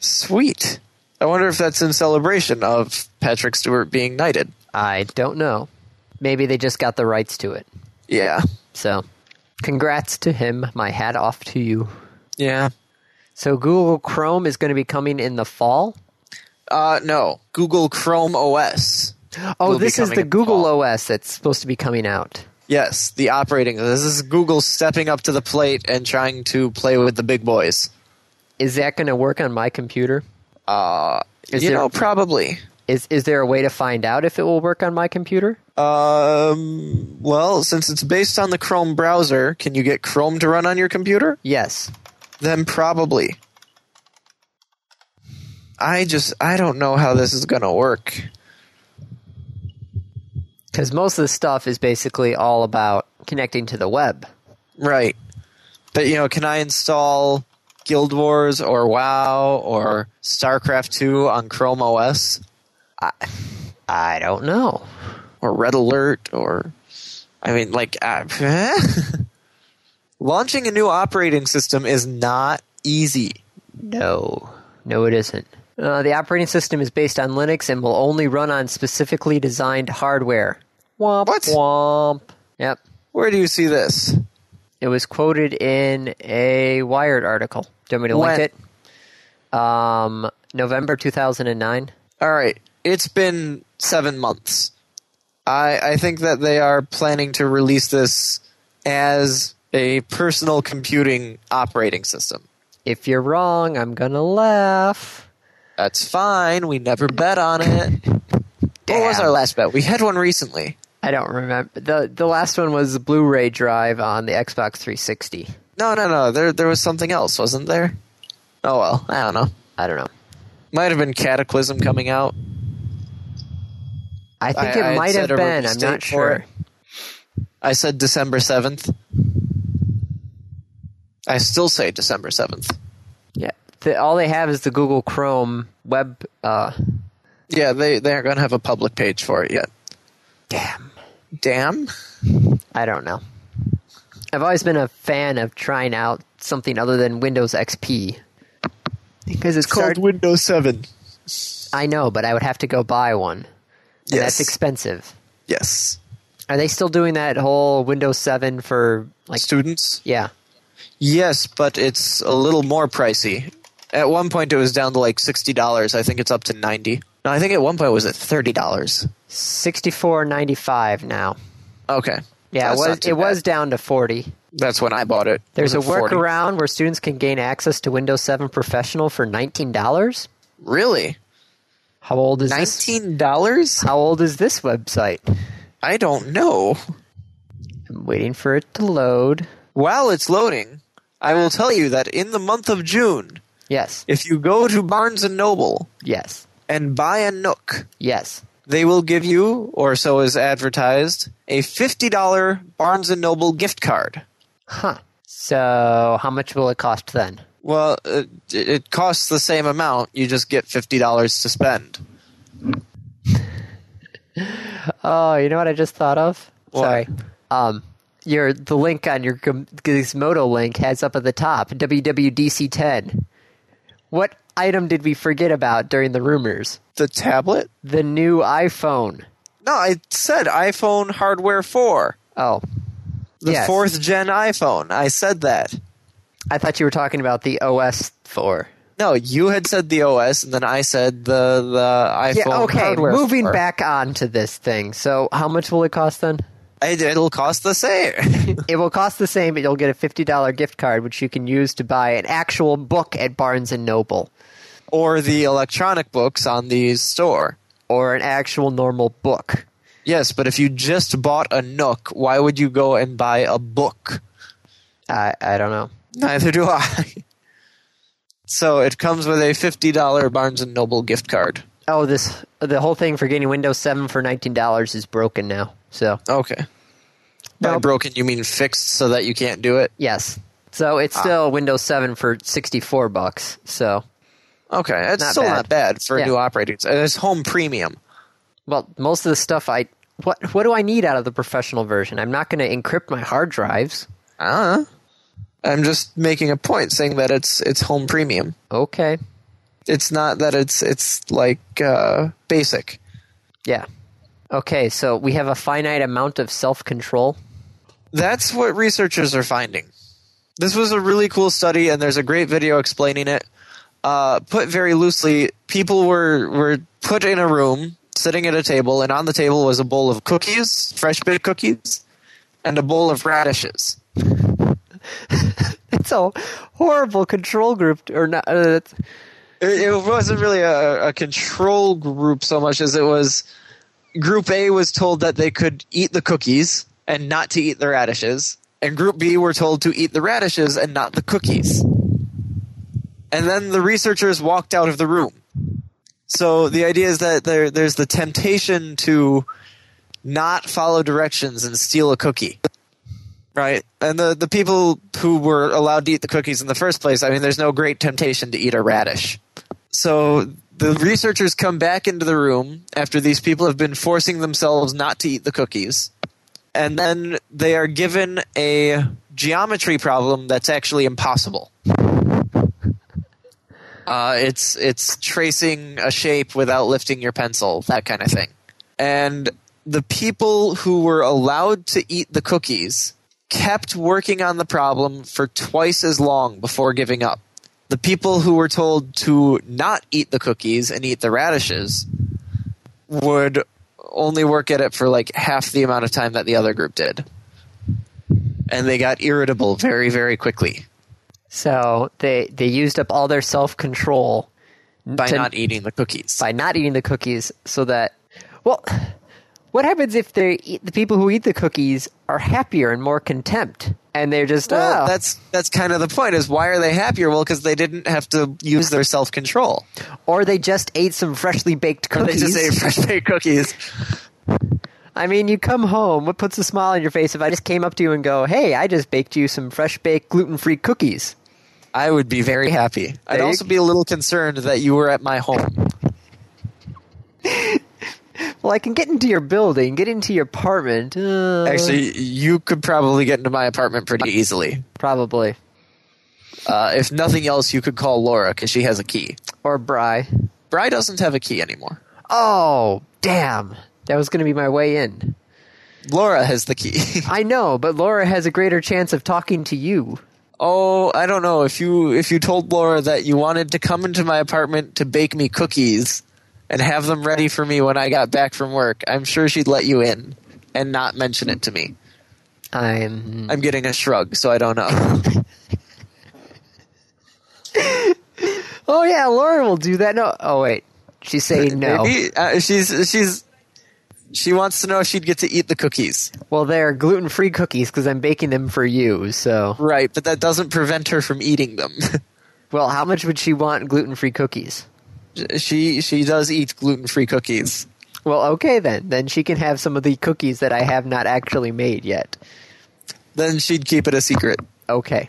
Speaker 2: Sweet. I wonder if that's in celebration of Patrick Stewart being knighted.
Speaker 1: I don't know. Maybe they just got the rights to it.
Speaker 2: Yeah.
Speaker 1: So, congrats to him. My hat off to you.
Speaker 2: Yeah.
Speaker 1: So Google Chrome is going to be coming in the fall.
Speaker 2: Uh no. Google Chrome OS.
Speaker 1: Oh,
Speaker 2: Will be
Speaker 1: this is
Speaker 2: coming
Speaker 1: the
Speaker 2: in the
Speaker 1: Google
Speaker 2: fall.
Speaker 1: OS that's supposed to be coming out.
Speaker 2: Yes, the operating. This is Google stepping up to the plate and trying to play with the big boys.
Speaker 1: Is that going to work on my computer?
Speaker 2: Uh,
Speaker 1: Is
Speaker 2: you
Speaker 1: there-
Speaker 2: know, probably.
Speaker 1: Is is there a way to find out if it will work on my computer?
Speaker 2: Um, well, since it's based on the Chrome browser, can you get Chrome to run on your computer?
Speaker 1: Yes.
Speaker 2: Then probably. I just I don't know how this is gonna work.
Speaker 1: Cuz most of the stuff is basically all about connecting to the web.
Speaker 2: Right. But you know, can I install Guild Wars or WoW or StarCraft 2 on Chrome OS
Speaker 1: I don't know.
Speaker 2: or Red Alert or I mean like uh, *laughs* launching a new operating system is not easy.
Speaker 1: No. No it isn't. Uh, the operating system is based on Linux and will only run on specifically designed hardware. Womp
Speaker 2: What?
Speaker 1: womp. Yep.
Speaker 2: Where do you see this?
Speaker 1: It was quoted in a Wired article. Do you want me to
Speaker 2: When?
Speaker 1: link it? Um, November 2009.
Speaker 2: All right, it's been seven months. I I think that they are planning to release this as a personal computing operating system.
Speaker 1: If you're wrong, I'm going to laugh.
Speaker 2: That's fine. We never bet on it. What was
Speaker 1: Damn.
Speaker 2: our last bet? We had one recently.
Speaker 1: I don't remember. The the last one was the Blu-ray drive on the Xbox 360.
Speaker 2: No, no, no. There, there was something else, wasn't there? Oh well, I don't know.
Speaker 1: I don't know.
Speaker 2: Might have been Cataclysm coming out.
Speaker 1: I think
Speaker 2: I-
Speaker 1: it
Speaker 2: I had
Speaker 1: might have
Speaker 2: said a
Speaker 1: been.
Speaker 2: release
Speaker 1: I'm not
Speaker 2: date for
Speaker 1: sure.
Speaker 2: it. I said December seventh. I still say December seventh.
Speaker 1: Yeah. The, all they have is the Google Chrome web. Uh,
Speaker 2: Yeah, they they aren't gonna have a public page for it yet.
Speaker 1: damn.
Speaker 2: Damn.
Speaker 1: I don't know. I've always been a fan of trying out something other than Windows XP because it's
Speaker 2: Called
Speaker 1: hard.
Speaker 2: Windows Seven.
Speaker 1: I know, but I would have to go buy one. And
Speaker 2: Yes.
Speaker 1: That's expensive.
Speaker 2: yes.
Speaker 1: Are they still doing that whole Windows 7 for like?
Speaker 2: Students.
Speaker 1: Yeah.
Speaker 2: Yes, but it's a little more pricey. At one point, it was down to like sixty dollars. I think it's up to ninety. No, I think at one point it was at thirty dollars.
Speaker 1: Sixty-four ninety-five now.
Speaker 2: Okay.
Speaker 1: Yeah, it
Speaker 2: That's
Speaker 1: was
Speaker 2: not
Speaker 1: it
Speaker 2: too bad.
Speaker 1: was down to forty.
Speaker 2: That's when I bought it.
Speaker 1: There's a
Speaker 2: It was at 40.
Speaker 1: workaround where students can gain access to Windows 7 Professional for nineteen dollars.
Speaker 2: Really?
Speaker 1: How old is this?
Speaker 2: Nineteen dollars?
Speaker 1: How old is this website?
Speaker 2: I don't know.
Speaker 1: I'm waiting for it to load.
Speaker 2: While it's loading, I will tell you that in the month of June,
Speaker 1: Yes,
Speaker 2: if you go to Barnes and Noble
Speaker 1: yes,
Speaker 2: and buy a Nook,
Speaker 1: yes.
Speaker 2: they will give you, or so is advertised, a fifty dollar Barnes and Noble gift card.
Speaker 1: Huh. So how much will it cost then?
Speaker 2: Well, it, it costs the same amount. You just get fifty dollars to spend.
Speaker 1: Oh, you know what I just thought of?
Speaker 2: What?
Speaker 1: Sorry. Um, your the link on your Gam- Gizmodo link has up at the top WWDC10. What item did we forget about during the rumors?
Speaker 2: The tablet?
Speaker 1: The new iPhone.
Speaker 2: No, I said iPhone hardware four,
Speaker 1: Oh,
Speaker 2: the
Speaker 1: Yes.
Speaker 2: fourth gen iPhone. I said that.
Speaker 1: I thought you were talking about the OS four.
Speaker 2: No, you had said the OS, and then I said the the iPhone.
Speaker 1: Yeah. okay.
Speaker 2: hardware
Speaker 1: Moving
Speaker 2: for-
Speaker 1: back on to this thing. So how much will it cost then?
Speaker 2: it, it'll cost the same.
Speaker 1: *laughs* It will cost the same, but you'll get a fifty dollar gift card, which you can use to buy an actual book at Barnes and Noble
Speaker 2: or the electronic books on the store.
Speaker 1: or an actual normal book.
Speaker 2: Yes, but if you just bought a Nook, why would you go and buy a book?
Speaker 1: I I don't know.
Speaker 2: Neither do I. *laughs* So it comes with a fifty dollar Barnes and Noble gift card.
Speaker 1: Oh, this the whole thing for getting Windows Seven for nineteen dollars is broken now. So
Speaker 2: Okay. By
Speaker 1: Nope.
Speaker 2: broken, you mean fixed, so that you can't do it.
Speaker 1: yes, so it's still Windows Seven for sixty four bucks. So
Speaker 2: Okay, it's
Speaker 1: Not
Speaker 2: still
Speaker 1: bad.
Speaker 2: not bad for
Speaker 1: Yeah.
Speaker 2: a new operating. s- It's home premium.
Speaker 1: well, most of the stuff I what what do I need out of the professional version? I'm not going to encrypt my hard drives. Uh-huh.
Speaker 2: Uh, I'm just making a point saying that it's it's home premium.
Speaker 1: Okay,
Speaker 2: It's not that it's it's like uh, basic.
Speaker 1: yeah, okay. So we have a finite amount of self control.
Speaker 2: That's what researchers are finding. This was a really cool study, and there's a great video explaining it. Uh, put very loosely, people were were put in a room, sitting at a table, and on the table was a bowl of cookies, fresh baked cookies, and a bowl of radishes.
Speaker 1: *laughs* It's a horrible control group, or not? Uh, that's-
Speaker 2: It, it wasn't really a, a control group so much as it was. Group A was told that they could eat the cookies and not to eat the radishes, and Group B were told to eat the radishes and not the cookies. And then the researchers walked out of the room. So the idea is that there, there's the temptation to not follow directions and steal a cookie. Right? And the, the people who were allowed to eat the cookies in the first place, I mean, there's no great temptation to eat a radish. So the researchers come back into the room after these people have been forcing themselves not to eat the cookies. And then they are given a geometry problem that's actually impossible. Uh, it's it's tracing a shape without lifting your pencil, that kind of thing. And the people who were allowed to eat the cookies kept working on the problem for twice as long before giving up. The people who were told to not eat the cookies and eat the radishes would only work at it for like half the amount of time that the other group did. And they got irritable very, very quickly
Speaker 1: So they they used up all their self control
Speaker 2: by not eating the cookies.
Speaker 1: by not eating the cookies, so that well, what happens if they eat, the people who eat the cookies are happier and more contempt, and they're just
Speaker 2: Well,
Speaker 1: oh,
Speaker 2: that's that's kind of the point. Is why are they happier? Well, because they didn't have to use their self control.
Speaker 1: or they just ate some freshly baked
Speaker 2: They
Speaker 1: cookies.
Speaker 2: just ate fresh baked cookies.
Speaker 1: *laughs* I mean, you come home. What puts a smile on your face if I just came up to you and go, "Hey, I just baked you some fresh baked gluten free cookies."
Speaker 2: I would be very happy.
Speaker 1: There
Speaker 2: I'd
Speaker 1: you-
Speaker 2: also be a little concerned that you were at my home.
Speaker 1: Well, I can get into your building, get into your apartment. Uh,
Speaker 2: Actually, you could probably get into my apartment pretty easily.
Speaker 1: probably
Speaker 2: Uh, if nothing else, you could call Laura because she has a key.
Speaker 1: or Bry.
Speaker 2: Bry doesn't have a key anymore.
Speaker 1: Oh, damn! That was going to be my way in.
Speaker 2: Laura has the key. *laughs*
Speaker 1: I know, but Laura has a greater chance of talking to you.
Speaker 2: oh, I don't know if you if you told Laura that you wanted to come into my apartment to bake me cookies and have them ready for me when I got back from work. I'm sure she'd let you in and not mention it to me.
Speaker 1: I'm.
Speaker 2: I'm getting a shrug, so I don't know.
Speaker 1: Oh yeah, Laura will do that. No. Oh wait, she's
Speaker 2: *laughs*
Speaker 1: saying no.
Speaker 2: Maybe uh, she's she's she wants to know if she'd get to eat the cookies.
Speaker 1: Well, they're gluten free cookies because I'm baking them for you. So,
Speaker 2: Right, but that doesn't prevent her from eating them. *laughs*
Speaker 1: well, how much would she want gluten free cookies?
Speaker 2: she she does eat gluten-free cookies.
Speaker 1: Well, okay then. Then she can have some of the cookies that I have not actually made yet.
Speaker 2: Then she'd keep it a secret.
Speaker 1: Okay.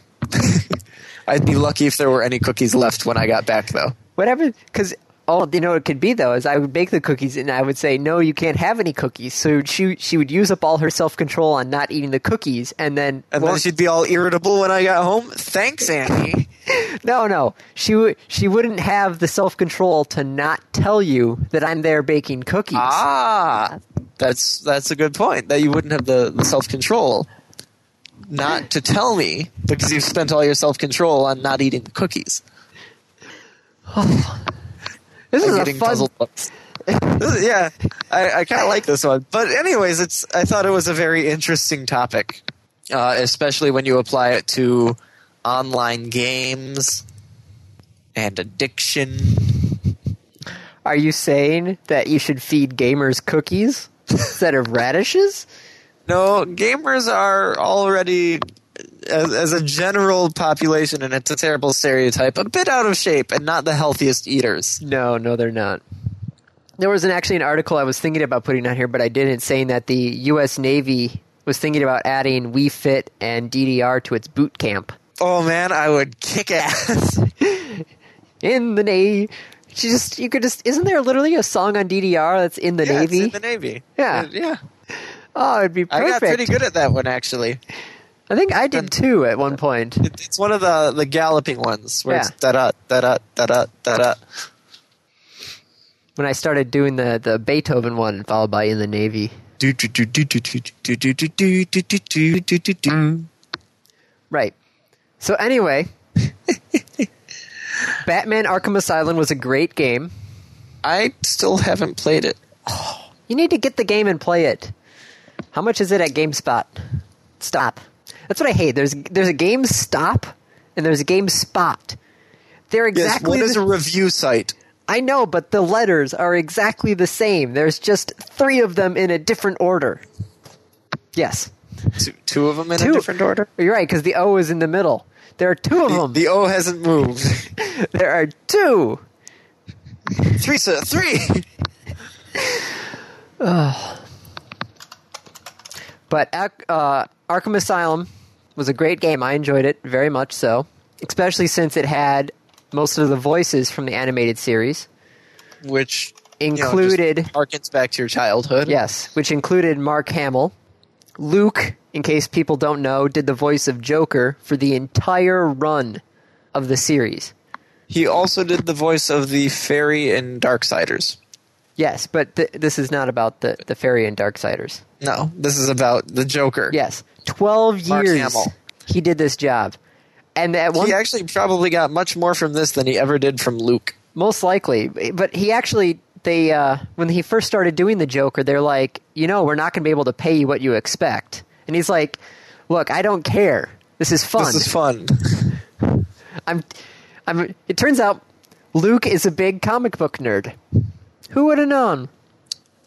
Speaker 2: I'd be lucky if there were any cookies left when I got back though.
Speaker 1: Whatever, because all you know it could be though is I would bake the cookies and I would say no, you can't have any cookies. So she she would use up all her self control on not eating the cookies, and then
Speaker 2: And
Speaker 1: Well,
Speaker 2: then she'd be all irritable when I got home. Thanks, Annie.
Speaker 1: no no she would she wouldn't have the self control to not tell you that I'm there baking cookies.
Speaker 2: *laughs* ah, that's that's a good point. That you wouldn't have the, the self-control not to tell me because you've spent all your self-control on not eating the cookies.
Speaker 1: this
Speaker 2: I'm
Speaker 1: is a
Speaker 2: getting
Speaker 1: fun.
Speaker 2: puzzled. This- yeah, I, I kind of like this one. But anyways, it's I thought it was a very interesting topic, uh, especially when you apply it to online games and addiction.
Speaker 1: Are you saying that you should feed gamers cookies instead of radishes?
Speaker 2: No, gamers are already, as, as a general population, and it's a terrible stereotype, a bit out of shape and not the healthiest eaters.
Speaker 1: No, no, they're not. There was an, actually an article I was thinking about putting on here, but I didn't, saying that the U.S. Navy was thinking about adding We Fit and DDR to its boot camp.
Speaker 2: Oh man, I would kick *laughs* ass.
Speaker 1: In the Navy, she just you could just isn't there literally a song on DDR that's in the
Speaker 2: Yeah, it's
Speaker 1: Navy?
Speaker 2: in the Navy. Uh,
Speaker 1: Yeah.
Speaker 2: yeah.
Speaker 1: oh, it'd be
Speaker 2: I
Speaker 1: perfect.
Speaker 2: got pretty good at that one actually.
Speaker 1: I think I did too at one point.
Speaker 2: It, it's one of the the galloping ones where it's da da da da da da da da.
Speaker 1: when I started doing the the Beethoven one, followed by in the Navy.
Speaker 2: Do do do do do do do do do do do do do do do do.
Speaker 1: Right. So anyway,
Speaker 2: *laughs*
Speaker 1: Batman Arkham Asylum was a great game.
Speaker 2: I still haven't played it.
Speaker 1: You need to get the game and play it. How much is it at GameSpot? Stop. That's what I hate. There's there's a game stop and there's a game spot. They're
Speaker 2: Yes,
Speaker 1: exactly
Speaker 2: one is
Speaker 1: the-
Speaker 2: a review site.
Speaker 1: I know, but the letters are exactly the same. There's just 3 of them in a different order. Yes.
Speaker 2: Two, two of them in
Speaker 1: Two.
Speaker 2: a different order.
Speaker 1: You're right cuz the O is in the middle. There are two of them.
Speaker 2: *laughs* The O hasn't moved.
Speaker 1: there are two.
Speaker 2: *laughs* three, sir, three.
Speaker 1: But Ac- uh, Arkham Asylum was a great game. I enjoyed it very much so, especially since it had most of the voices from the animated series.
Speaker 2: Which you know, just
Speaker 1: Included.
Speaker 2: harkens back to your childhood.
Speaker 1: Yes, which included Mark Hamill. Luke, in case people don't know, did the voice of Joker for the entire run of the series.
Speaker 2: He also did the voice of the fairy in Darksiders.
Speaker 1: Yes, but th- this is not about the, the fairy and Darksiders.
Speaker 2: No, this is about the Joker.
Speaker 1: Yes, 12
Speaker 2: Mark
Speaker 1: years
Speaker 2: Hamill.
Speaker 1: he did this job. And at one
Speaker 2: He actually probably got much more from this than he ever did from Luke.
Speaker 1: Most likely, but he actually they uh, when he first started doing the Joker, they're like, you know, we're not going to be able to pay you what you expect, and he's like, look, I don't care. This is fun.
Speaker 2: This is fun. *laughs*
Speaker 1: I'm, I'm. It turns out Luke is a big comic book nerd. Who would have known?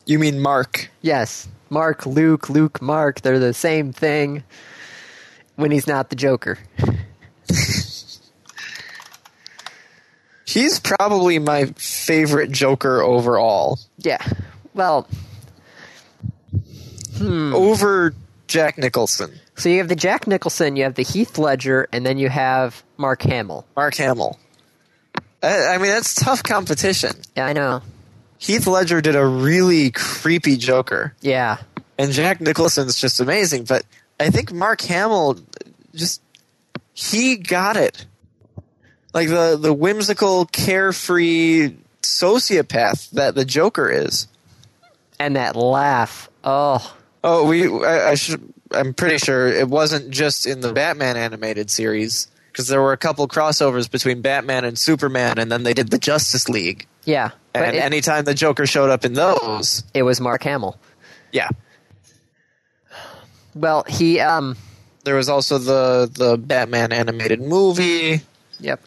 Speaker 2: You mean Mark?
Speaker 1: Yes, Mark, Luke, Luke, Mark. They're the same thing. When he's not the Joker,
Speaker 2: He's probably my favorite Joker overall.
Speaker 1: yeah. Well, Hmm.
Speaker 2: Over Jack Nicholson,
Speaker 1: so you have the Jack Nicholson, you have the Heath Ledger, and then you have Mark Hamill.
Speaker 2: Mark Hamill. I, I mean, that's tough competition.
Speaker 1: Yeah, I know.
Speaker 2: Heath Ledger did a really creepy Joker,
Speaker 1: Yeah.
Speaker 2: and Jack Nicholson's just amazing. But I think Mark Hamill just he got it. Like the the whimsical, carefree sociopath that the Joker is.
Speaker 1: And that laugh. Oh,
Speaker 2: Oh, we I, I should I'm pretty sure it wasn't just in the Batman animated series because there were a couple crossovers between Batman and Superman and then they did the Justice League.
Speaker 1: yeah. But
Speaker 2: And
Speaker 1: it,
Speaker 2: anytime the Joker showed up in those,
Speaker 1: it was Mark Hamill.
Speaker 2: yeah.
Speaker 1: Well, he, um,
Speaker 2: There was also the the Batman animated movie, Mask,
Speaker 1: yep.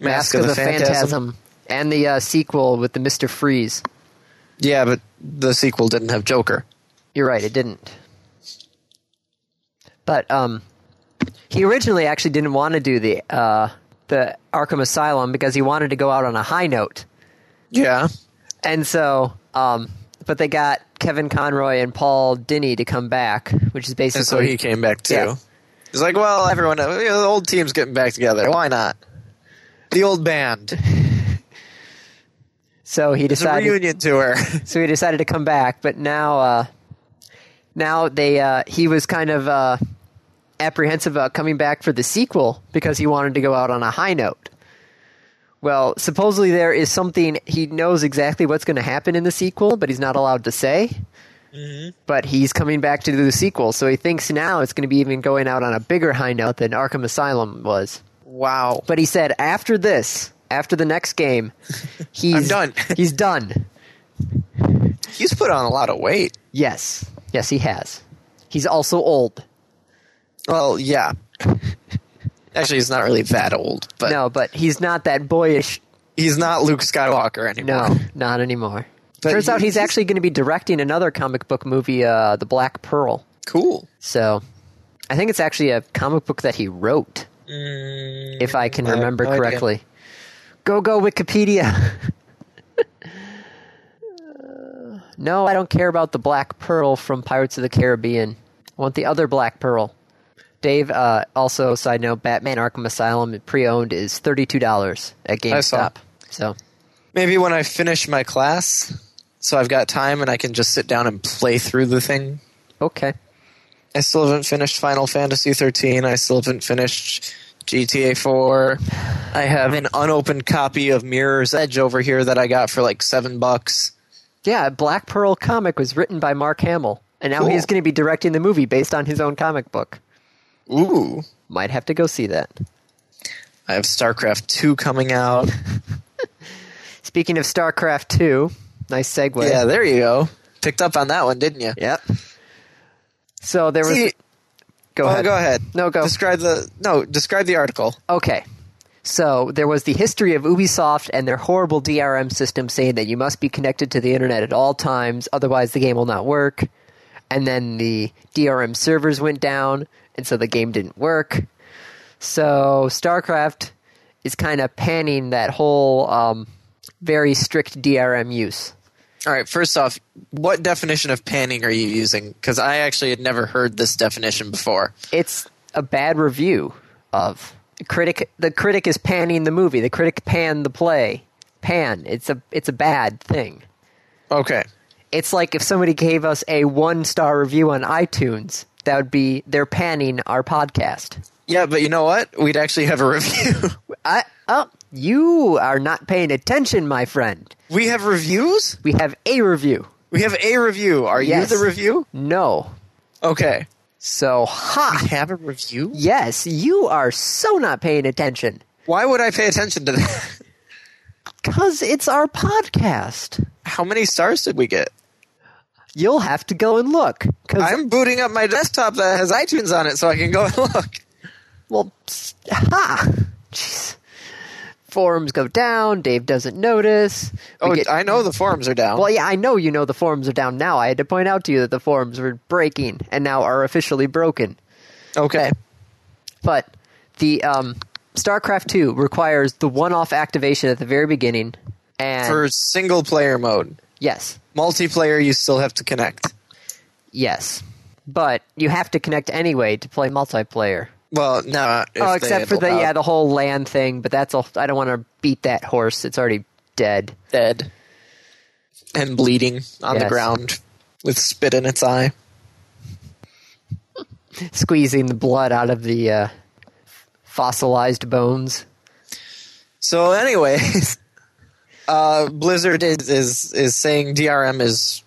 Speaker 1: Mask, of, the, Phantasm. And the uh, sequel with the Mr. Freeze.
Speaker 2: Yeah, but the sequel didn't have Joker.
Speaker 1: You're right, it didn't. But, um, he originally actually didn't want to do the, uh, the Arkham Asylum because he wanted to go out on a high note.
Speaker 2: Yeah.
Speaker 1: And so, um, but they got Kevin Conroy and Paul Dini to come back, which is basically
Speaker 2: And so he came back too.
Speaker 1: Yeah.
Speaker 2: He's like, well, everyone, you know, the old team's getting back together. Why not? The old band.
Speaker 1: so he
Speaker 2: It's a
Speaker 1: decided
Speaker 2: reunion tour. *laughs*
Speaker 1: so he decided to come back but now uh now they uh he was kind of uh apprehensive about coming back for the sequel because he wanted to go out on a high note well supposedly there is something he knows exactly what's going to happen in the sequel but he's not allowed to say but he's coming back to do the sequel so he thinks now it's going to be even going out on a bigger high note than arkham asylum was
Speaker 2: wow.
Speaker 1: but he said after this after the next game he's
Speaker 2: done.
Speaker 1: he's done
Speaker 2: He's put on a lot of weight.
Speaker 1: Yes. Yes, he has. He's also old.
Speaker 2: Well, yeah. *laughs* Actually, he's not really that old, but
Speaker 1: No, but he's not that boyish.
Speaker 2: he's not Luke Skywalker anymore.
Speaker 1: No, *laughs* not anymore.
Speaker 2: But
Speaker 1: Turns out
Speaker 2: he-
Speaker 1: he's actually going to be directing another comic book movie, uh, The Black Pearl.
Speaker 2: Cool.
Speaker 1: So I think it's actually a comic book that he wrote, if I can
Speaker 2: Mm, I have
Speaker 1: remember
Speaker 2: no idea.
Speaker 1: correctly. Go, go, Wikipedia. *laughs* Uh, no, I don't care about the Black Pearl from Pirates of the Caribbean. I want the other Black Pearl. Dave, uh, also, side note, Batman Arkham Asylum pre owned is $32 at
Speaker 2: saw.
Speaker 1: GameStop. So,
Speaker 2: Maybe when I finish my class, so I've got time and I can just sit down and play through the thing.
Speaker 1: okay.
Speaker 2: I still haven't finished Final Fantasy 13. I still haven't finished GTA 4. I have an unopened copy of Mirror's Edge over here that I got for like 7 bucks.
Speaker 1: Yeah, Black Pearl comic was written by Mark Hamill, and now
Speaker 2: Cool.
Speaker 1: he's going to be directing the movie based on his own comic book.
Speaker 2: Ooh.
Speaker 1: Might have to go see that.
Speaker 2: I have StarCraft 2 coming out.
Speaker 1: Speaking of StarCraft 2, nice segue.
Speaker 2: Yeah, there you go. Picked up on that one, didn't you?
Speaker 1: Yep. So there was.
Speaker 2: See,
Speaker 1: go,
Speaker 2: oh,
Speaker 1: ahead.
Speaker 2: go ahead.
Speaker 1: No, go.
Speaker 2: Describe the no. Describe the article.
Speaker 1: Okay. So there was the history of Ubisoft and their horrible DRM system saying that you must be connected to the internet at all times, otherwise the game will not work. And then the DRM servers went down, and so the game didn't work. So StarCraft is kind of panning that whole um, very strict DRM use.
Speaker 2: All right. First off, what definition of panning are you using? Because I actually had never heard this definition before.
Speaker 1: it's a bad review of critic the critic is panning the movie the critic panned the play pan it's a it's a bad thing
Speaker 2: Okay.
Speaker 1: it's like if somebody gave us a one star review on itunes that would be they're panning our podcast
Speaker 2: Yeah, but you know what? We'd actually have a *laughs* review.
Speaker 1: I, oh you are not paying attention my friend
Speaker 2: We have reviews?
Speaker 1: We have a review.
Speaker 2: We have a review. Are
Speaker 1: Yes.
Speaker 2: you the review?
Speaker 1: No.
Speaker 2: Okay.
Speaker 1: So, ha!
Speaker 2: We have a review?
Speaker 1: Yes, you are so not paying attention.
Speaker 2: Why would I pay attention to that? *laughs*
Speaker 1: Because it's our podcast.
Speaker 2: How many stars did we get?
Speaker 1: You'll have to go and look. Cause,
Speaker 2: I'm booting up my desktop that has iTunes on it so I can go *laughs* and look.
Speaker 1: well, s- ha! Jeez. Forums go down. Dave doesn't notice. We
Speaker 2: Oh,
Speaker 1: get-
Speaker 2: I know the forums are down.
Speaker 1: well, yeah, I know you know the forums are down now. I had to point out to you that the forums were breaking and now are officially broken.
Speaker 2: okay.
Speaker 1: But the um, StarCraft 2 requires the one off activation at the very beginning. And
Speaker 2: For single player mode.
Speaker 1: yes,
Speaker 2: Multiplayer, you still have to connect.
Speaker 1: yes. But you have to connect anyway to play multiplayer.
Speaker 2: Well, no. if
Speaker 1: Oh,
Speaker 2: they
Speaker 1: except for the
Speaker 2: allow
Speaker 1: yeah, the whole land thing, but that's all I don't want to beat that horse. It's already dead.
Speaker 2: dead and bleeding on the
Speaker 1: Yes.
Speaker 2: ground with spit in its eye.
Speaker 1: Squeezing the blood out of the uh, fossilized bones.
Speaker 2: So, anyways, *laughs* uh, Blizzard is, is is saying DRM is.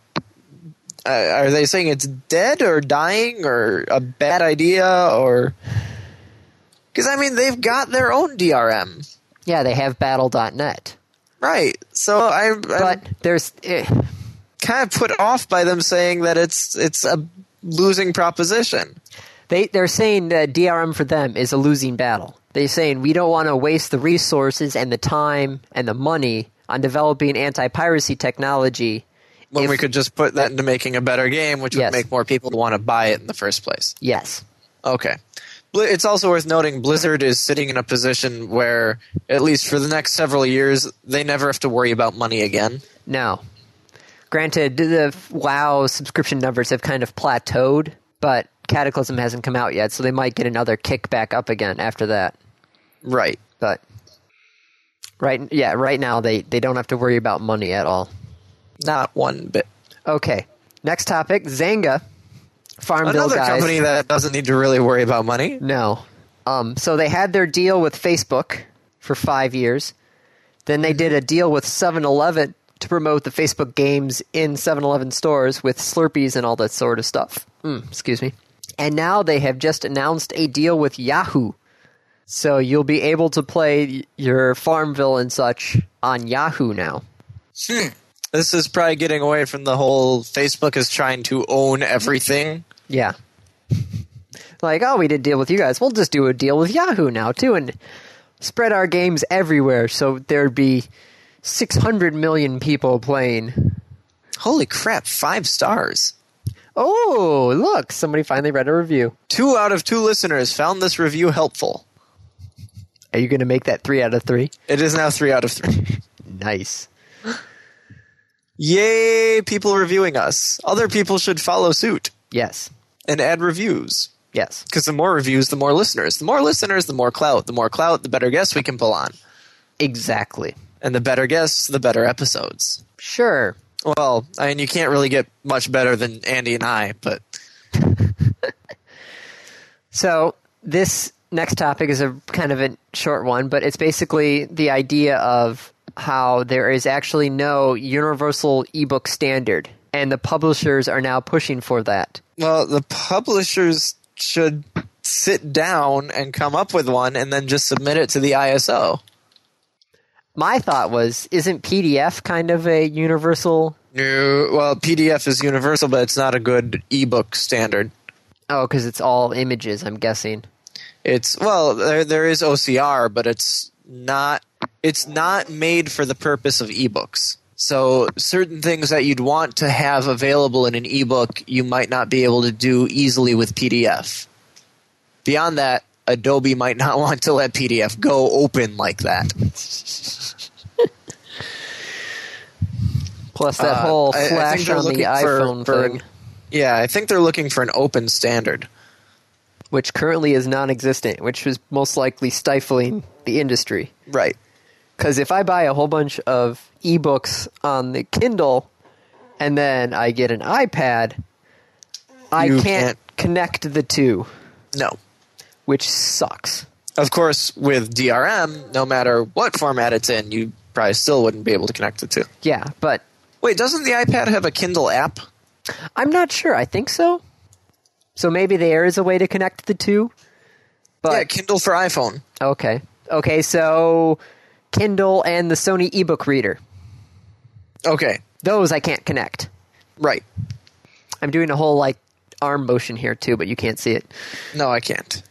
Speaker 2: Uh, are they saying it's dead or dying or a bad idea or? Because I mean, they've got their own DRM,
Speaker 1: Yeah, they have battle.net.
Speaker 2: right? So I, I'm
Speaker 1: But there's eh,
Speaker 2: kind of put off by them saying that it's it's a losing proposition.
Speaker 1: they they're saying that DRM for them is a losing battle. They're saying we don't want to waste the resources and the time and the money on developing anti-piracy technology.
Speaker 2: when
Speaker 1: If-
Speaker 2: we could just put that into making a better game, which
Speaker 1: Yes.
Speaker 2: would make more people want to buy it in the first place.
Speaker 1: Yes.
Speaker 2: Okay. Bli- It's also worth noting Blizzard is sitting in a position where, at least for the next several years, they never have to worry about money again.
Speaker 1: No. Granted, the WoW subscription numbers have kind of plateaued, but Cataclysm hasn't come out yet, so they might get another kick back up again after that.
Speaker 2: Right.
Speaker 1: But right, yeah, right now they they don't have to worry about money at all.
Speaker 2: Not one bit.
Speaker 1: Okay, next topic: Zanga, Farmville
Speaker 2: Another
Speaker 1: guys.
Speaker 2: company that doesn't need to really worry about money.
Speaker 1: No. Um, so they had their deal with Facebook for five years. Then they did a deal with 7 Eleven to promote the Facebook games in 7 Eleven stores with Slurpees and all that sort of stuff. Mm, excuse me. And now they have just announced a deal with Yahoo. So you'll be able to play y- your Farmville and such on Yahoo now.
Speaker 2: This is probably getting away from the whole Facebook is trying to own everything.
Speaker 1: Yeah. Like, oh, we did deal with you guys. We'll just do a deal with Yahoo now too, and spread our games everywhere. So there'd be 600 million people playing.
Speaker 2: Holy crap, five stars.
Speaker 1: Oh, look! Somebody finally read a review.
Speaker 2: Two out of two listeners found this review helpful.
Speaker 1: Are you going to make that three out of three?
Speaker 2: It is now three out of three. *laughs*
Speaker 1: Nice.
Speaker 2: Yay, people reviewing us. Other people should follow suit
Speaker 1: Yes.
Speaker 2: and add reviews.
Speaker 1: Yes.
Speaker 2: Because the more reviews, the more listeners. The more listeners, the more clout. The more clout, the better guests we can pull on.
Speaker 1: Exactly.
Speaker 2: And the better guests, the better episodes.
Speaker 1: Sure.
Speaker 2: Well, I mean, you can't really get much better than Andy and I, but
Speaker 1: So this next topic is a kind of a short one, but it's basically the idea of how there is actually no universal ebook standard, and the publishers are now pushing for that.
Speaker 2: well, the publishers should sit down and come up with one and then just submit it to the ISO.
Speaker 1: My thought was, isn't PDF kind of a universal?
Speaker 2: No, well, PDF is universal, but it's not a good ebook standard.
Speaker 1: Oh, because it's all images, I'm guessing.
Speaker 2: it's well there there is OCR but it's not it's not made for the purpose of ebooks. So certain things that you'd want to have available in an ebook you might not be able to do easily with PDF. Beyond that, Adobe might not *laughs* want to let PDF go open like that.
Speaker 1: Plus that
Speaker 2: Uh,
Speaker 1: whole
Speaker 2: I- I think
Speaker 1: flash
Speaker 2: they're
Speaker 1: on the
Speaker 2: looking for-
Speaker 1: iPhone
Speaker 2: for-
Speaker 1: thing,
Speaker 2: Yeah, I think they're looking for an open standard.
Speaker 1: which currently is non-existent, which was most likely stifling the industry.
Speaker 2: Right.
Speaker 1: Because if I buy a whole bunch of ebooks on the Kindle and then I get an iPad, I
Speaker 2: You
Speaker 1: can't,
Speaker 2: can't-
Speaker 1: connect the two,
Speaker 2: No.
Speaker 1: which sucks.
Speaker 2: Of course, with DRM, no matter what format it's in, you probably still wouldn't be able to connect it to.
Speaker 1: Yeah, but
Speaker 2: Wait, doesn't the iPad have a Kindle app?
Speaker 1: I'm not sure. I think so. So maybe there is a way to connect the two.
Speaker 2: yeah,
Speaker 1: But
Speaker 2: Kindle for iPhone.
Speaker 1: okay, okay. So Kindle and the Sony ebook reader.
Speaker 2: Okay,
Speaker 1: Those I can't connect.
Speaker 2: right.
Speaker 1: I'm doing a whole like arm motion here too, but you can't see it.
Speaker 2: No, I can't.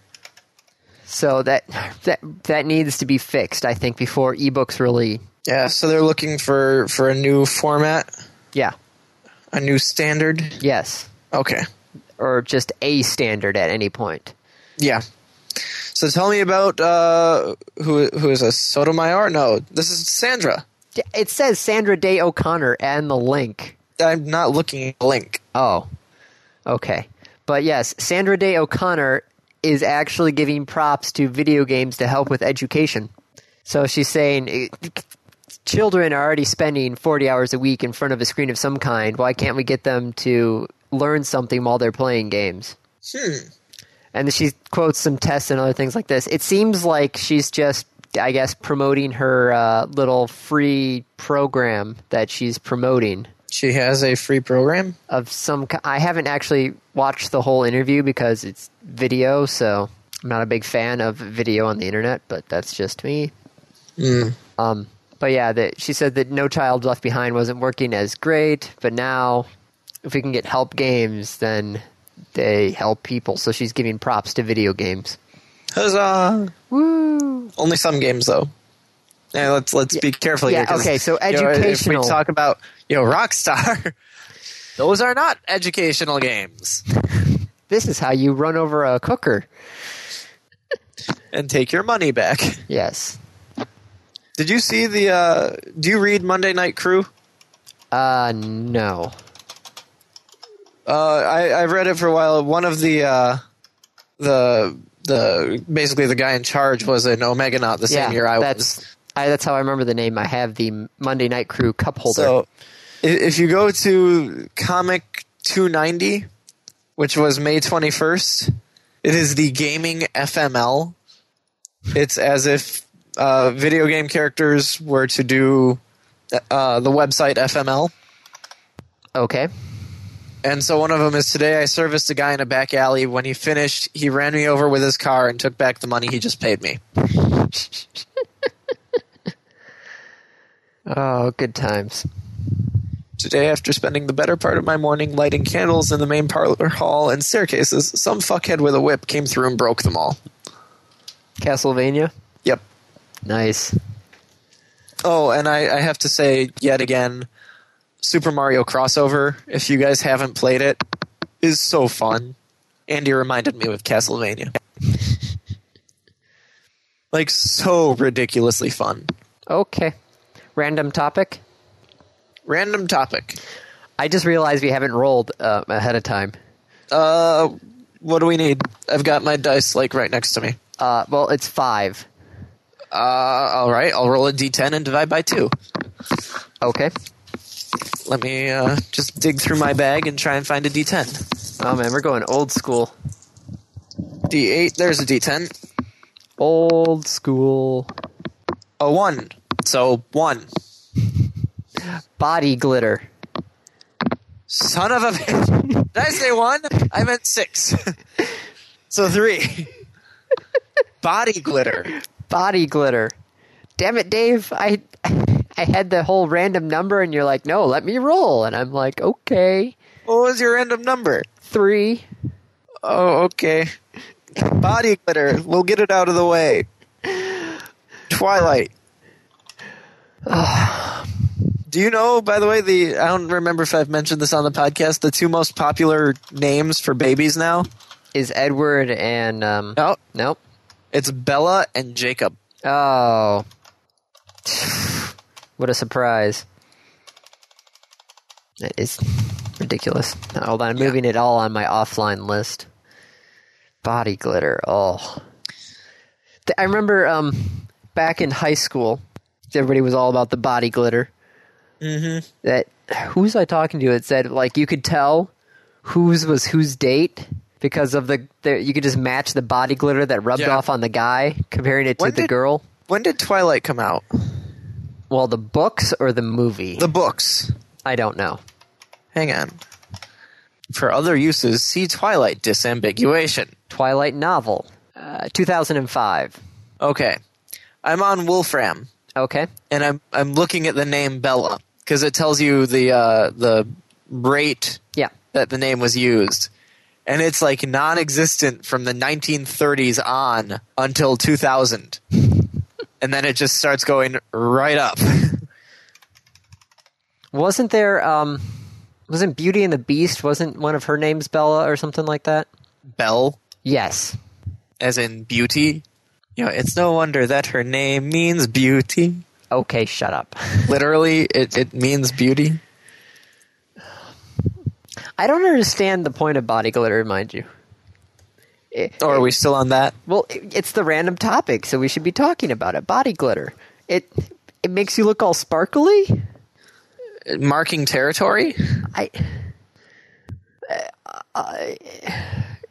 Speaker 1: So that that that needs to be fixed, I think, before ebooks really.
Speaker 2: Yeah, so they're looking for for a new format,
Speaker 1: Yeah.
Speaker 2: a new standard.
Speaker 1: Yes.
Speaker 2: Okay.
Speaker 1: Or just a standard at any point.
Speaker 2: Yeah. So tell me about uh who who is this? Sotomayor? No, this is Sandra.
Speaker 1: It says Sandra Day O'Connor and the link.
Speaker 2: I'm not looking at the link.
Speaker 1: Oh, okay. But yes, Sandra Day O'Connor is actually giving props to video games to help with education. So she's saying eh, children are already spending 40 hours a week in front of a screen of some kind. Why can't we get them to learn something while they're playing games? And she quotes some tests and other things like this. It seems like she's just, I guess, promoting her uh, little free program that she's promoting
Speaker 2: She has a free program.
Speaker 1: of some ki- I haven't actually watched the whole interview because it's video, so I'm not a big fan of video on the internet, but that's just me.
Speaker 2: Mm.
Speaker 1: Um, but yeah, that she said that No Child Left Behind wasn't working as great, but now if we can get help games, then they help people. So she's giving props to video games.
Speaker 2: Huzzah!
Speaker 1: Woo!
Speaker 2: Only some games though. Yeah, let's let's be careful
Speaker 1: Yeah,
Speaker 2: here. 'cause,
Speaker 1: okay, so
Speaker 2: you know,
Speaker 1: educational.
Speaker 2: if we talk about you know Rockstar, *laughs* those are not educational games.
Speaker 1: This is how you run over a cooker.
Speaker 2: And take your money back.
Speaker 1: Yes.
Speaker 2: Did you see the? uh Do you read Monday Night Crew?
Speaker 1: Uh, no.
Speaker 2: Uh, I I read it for a while. One of the uh, the the basically the guy in charge was an Omega Knot the same year I
Speaker 1: that's,
Speaker 2: was.
Speaker 1: I, that's how I remember the name. I have the Monday Night Crew cup holder.
Speaker 2: So i- if you go to Comic 290, which was May 21st, it is the gaming FML. It's as if uh, video game characters were to do uh, the website FML.
Speaker 1: okay.
Speaker 2: And so one of them is today I serviced a guy in a back alley. When he finished, he ran me over with his car and took back the money he just paid me.
Speaker 1: Oh, good times.
Speaker 2: Today, after spending the better part of my morning lighting candles in the main parlor hall and staircases, some fuckhead with a whip came through and broke them all.
Speaker 1: Castlevania.
Speaker 2: Yep.
Speaker 1: Nice.
Speaker 2: Oh, and I, I have to say yet again, Super Mario crossover. If you guys haven't played it, is so fun. Andy reminded me of Castlevania. *laughs* like so ridiculously fun.
Speaker 1: Okay. Random topic.
Speaker 2: Random topic.
Speaker 1: I just realized we haven't rolled uh, ahead of time.
Speaker 2: Uh, what do we need? I've got my dice like right next to me.
Speaker 1: Uh, well, it's five.
Speaker 2: Uh, all right, I'll roll a d10 and divide by two.
Speaker 1: Okay.
Speaker 2: Let me uh, just dig through my bag and try and find a d10.
Speaker 1: Oh man, we're going old school.
Speaker 2: D8. There's a d10.
Speaker 1: Old school.
Speaker 2: A one. So one.
Speaker 1: Body glitter.
Speaker 2: Son of a bitch. Did I say one? I meant six. *laughs* so three. Body glitter.
Speaker 1: Body glitter. Damn it, Dave. I *laughs* I had the whole random number, and you're like, no, let me roll, and I'm like, okay,
Speaker 2: What was your random number?
Speaker 1: three.
Speaker 2: Oh, okay. Body glitter. We'll get it out of the way. Twilight. *sighs* Do you know, by the way, the I don't remember if I've mentioned this on the podcast, the two most popular names for babies now?
Speaker 1: Is Edward and um?
Speaker 2: No.
Speaker 1: Nope.
Speaker 2: It's Bella and Jacob.
Speaker 1: Oh. What a surprise. That is ridiculous. Hold on, I'm moving it all on my offline list. Body glitter. Oh. Th- I remember um, back in high school, everybody was all about the body glitter. Mm-hmm. That who was I talking to? It said like you could tell whose was whose date because of the, the you could just match the body glitter that rubbed
Speaker 2: Yeah.
Speaker 1: off on the guy comparing it to
Speaker 2: When
Speaker 1: the
Speaker 2: did-
Speaker 1: girl.
Speaker 2: When did Twilight come out?
Speaker 1: Well, the books or the movie?
Speaker 2: The books.
Speaker 1: I don't know.
Speaker 2: Hang on. For other uses, see Twilight disambiguation.
Speaker 1: Twilight novel, uh, 2005.
Speaker 2: Okay. I'm on Wolfram
Speaker 1: Okay.
Speaker 2: and I'm I'm looking at the name Bella because it tells you the uh, the rate
Speaker 1: Yeah.
Speaker 2: that the name was used. And it's like non-existent from the 1930s on until 2000. *laughs* and then it just starts going right up. *laughs*
Speaker 1: Wasn't there? Um, wasn't Beauty and the Beast? Wasn't one of her names Bella or something like that?
Speaker 2: Belle
Speaker 1: Yes.
Speaker 2: as in beauty. You know, it's no wonder that her name means beauty.
Speaker 1: Okay. Shut up. *laughs*
Speaker 2: Literally, it, it means beauty.
Speaker 1: I don't understand the point of body glitter, mind you. It-
Speaker 2: Or are we still on that?
Speaker 1: Well, it- it's the random topic, so we should be talking about it. Body glitter. It it makes you look all sparkly.
Speaker 2: Marking territory?
Speaker 1: I. I-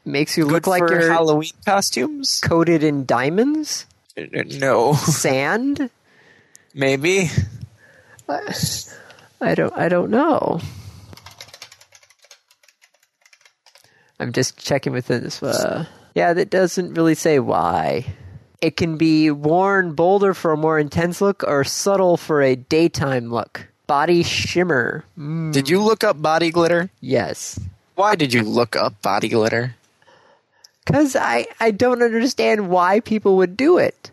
Speaker 1: makes you look like
Speaker 2: for
Speaker 1: you're
Speaker 2: Halloween costumes?
Speaker 1: coated in diamonds,
Speaker 2: No.
Speaker 1: sand.
Speaker 2: Maybe.
Speaker 1: I don't. I don't know. I'm just checking within this. Uh, yeah, that doesn't really say why. It can be worn bolder for a more intense look, or subtle for a daytime look. Body shimmer. Mm,
Speaker 2: Did you look up body glitter?
Speaker 1: yes,
Speaker 2: Why did you look up body glitter?
Speaker 1: because I I don't understand why people would do it.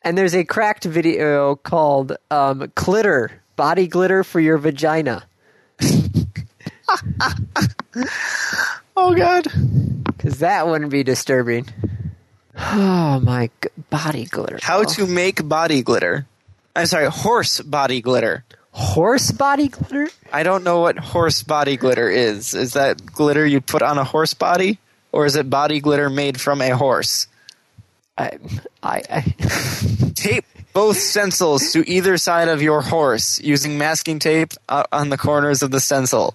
Speaker 1: And there's a cracked video called um, "Clitter Body Glitter for Your Vagina."
Speaker 2: Oh god.
Speaker 1: Because that wouldn't be disturbing. Oh my g- body glitter.
Speaker 2: How
Speaker 1: Oh.
Speaker 2: to make body glitter. I'm sorry, horse body glitter.
Speaker 1: Oh, horse body glitter?
Speaker 2: I don't know what horse body glitter is. Is that glitter you put on a horse body? Or is it body glitter made from a horse?
Speaker 1: I, I, I
Speaker 2: Tape both stencils to either side of your horse using masking tape uh, on the corners of the stencil.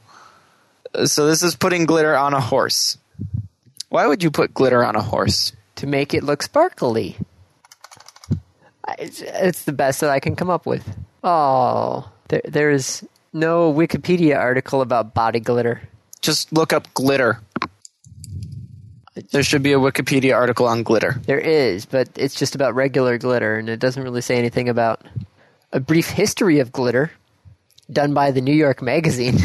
Speaker 2: Uh, So this is putting glitter on a horse. Why would you put glitter on a horse?
Speaker 1: to make it look sparkly. I, it's, it's the best that I can come up with. Oh, there, there is no Wikipedia article about body glitter.
Speaker 2: Just look up glitter. There should be a Wikipedia article on glitter.
Speaker 1: There is, but it's just about regular glitter, and it doesn't really say anything about a brief history of glitter done by the New York Magazine.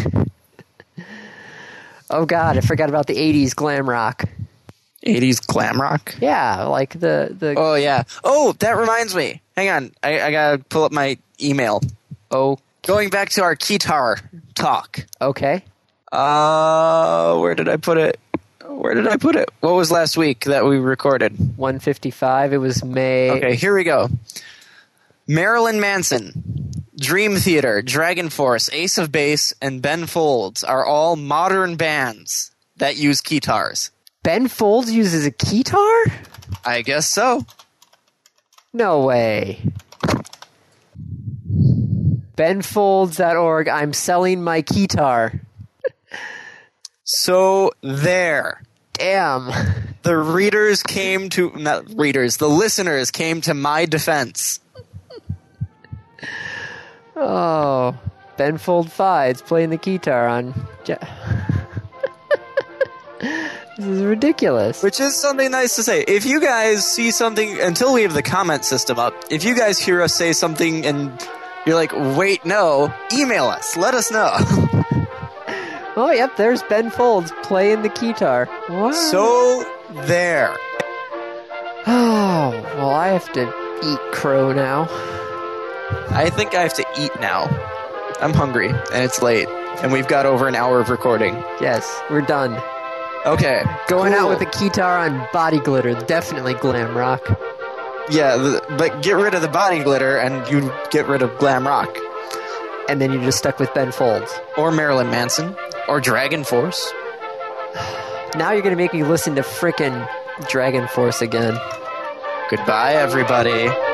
Speaker 1: *laughs* oh, God, I forgot about the 80s glam rock.
Speaker 2: 80s glam rock.
Speaker 1: Yeah, like the. the
Speaker 2: Oh yeah. Oh, that reminds me. Hang on. I, I gotta pull up my email.
Speaker 1: oh,
Speaker 2: Going back to our guitar talk.
Speaker 1: okay.
Speaker 2: Uh where did I put it? Where did I put it? What was last week that we recorded?
Speaker 1: 155, it was May.
Speaker 2: Okay, here we go. Marilyn Manson, Dream Theater, Dragon Force, Ace of Base, and Ben Folds are all modern bands that use guitars.
Speaker 1: Ben Folds uses a keytar?
Speaker 2: I guess so.
Speaker 1: No way. Benfolds.org, I'm selling my keytar.
Speaker 2: So there.
Speaker 1: Damn. *laughs*
Speaker 2: The readers came to not readers, the listeners came to my defense.
Speaker 1: Oh, Benfold Fides playing the guitar on. Ja- *laughs* this is ridiculous.
Speaker 2: Which is something nice to say. If you guys see something until we have the comment system up, if you guys hear us say something and you're like, wait, no, email us. Let us know. *laughs*
Speaker 1: Oh, yep, there's Ben Folds playing the guitar. Wow.
Speaker 2: So there.
Speaker 1: Oh, *sighs* well, I have to eat crow now.
Speaker 2: I think I have to eat now. I'm hungry and it's late and we've got over an hour of recording.
Speaker 1: Yes, we're done.
Speaker 2: Okay.
Speaker 1: Going out with
Speaker 2: the
Speaker 1: the guitar on body glitter, definitely glam rock.
Speaker 2: Yeah, th- but get rid of the body glitter and you get rid of glam rock
Speaker 1: And then you're just stuck with Ben Folds.
Speaker 2: or Marilyn Manson or Dragon Force.
Speaker 1: Now you're gonna make me listen to frickin' Dragon Force again.
Speaker 2: Goodbye everybody.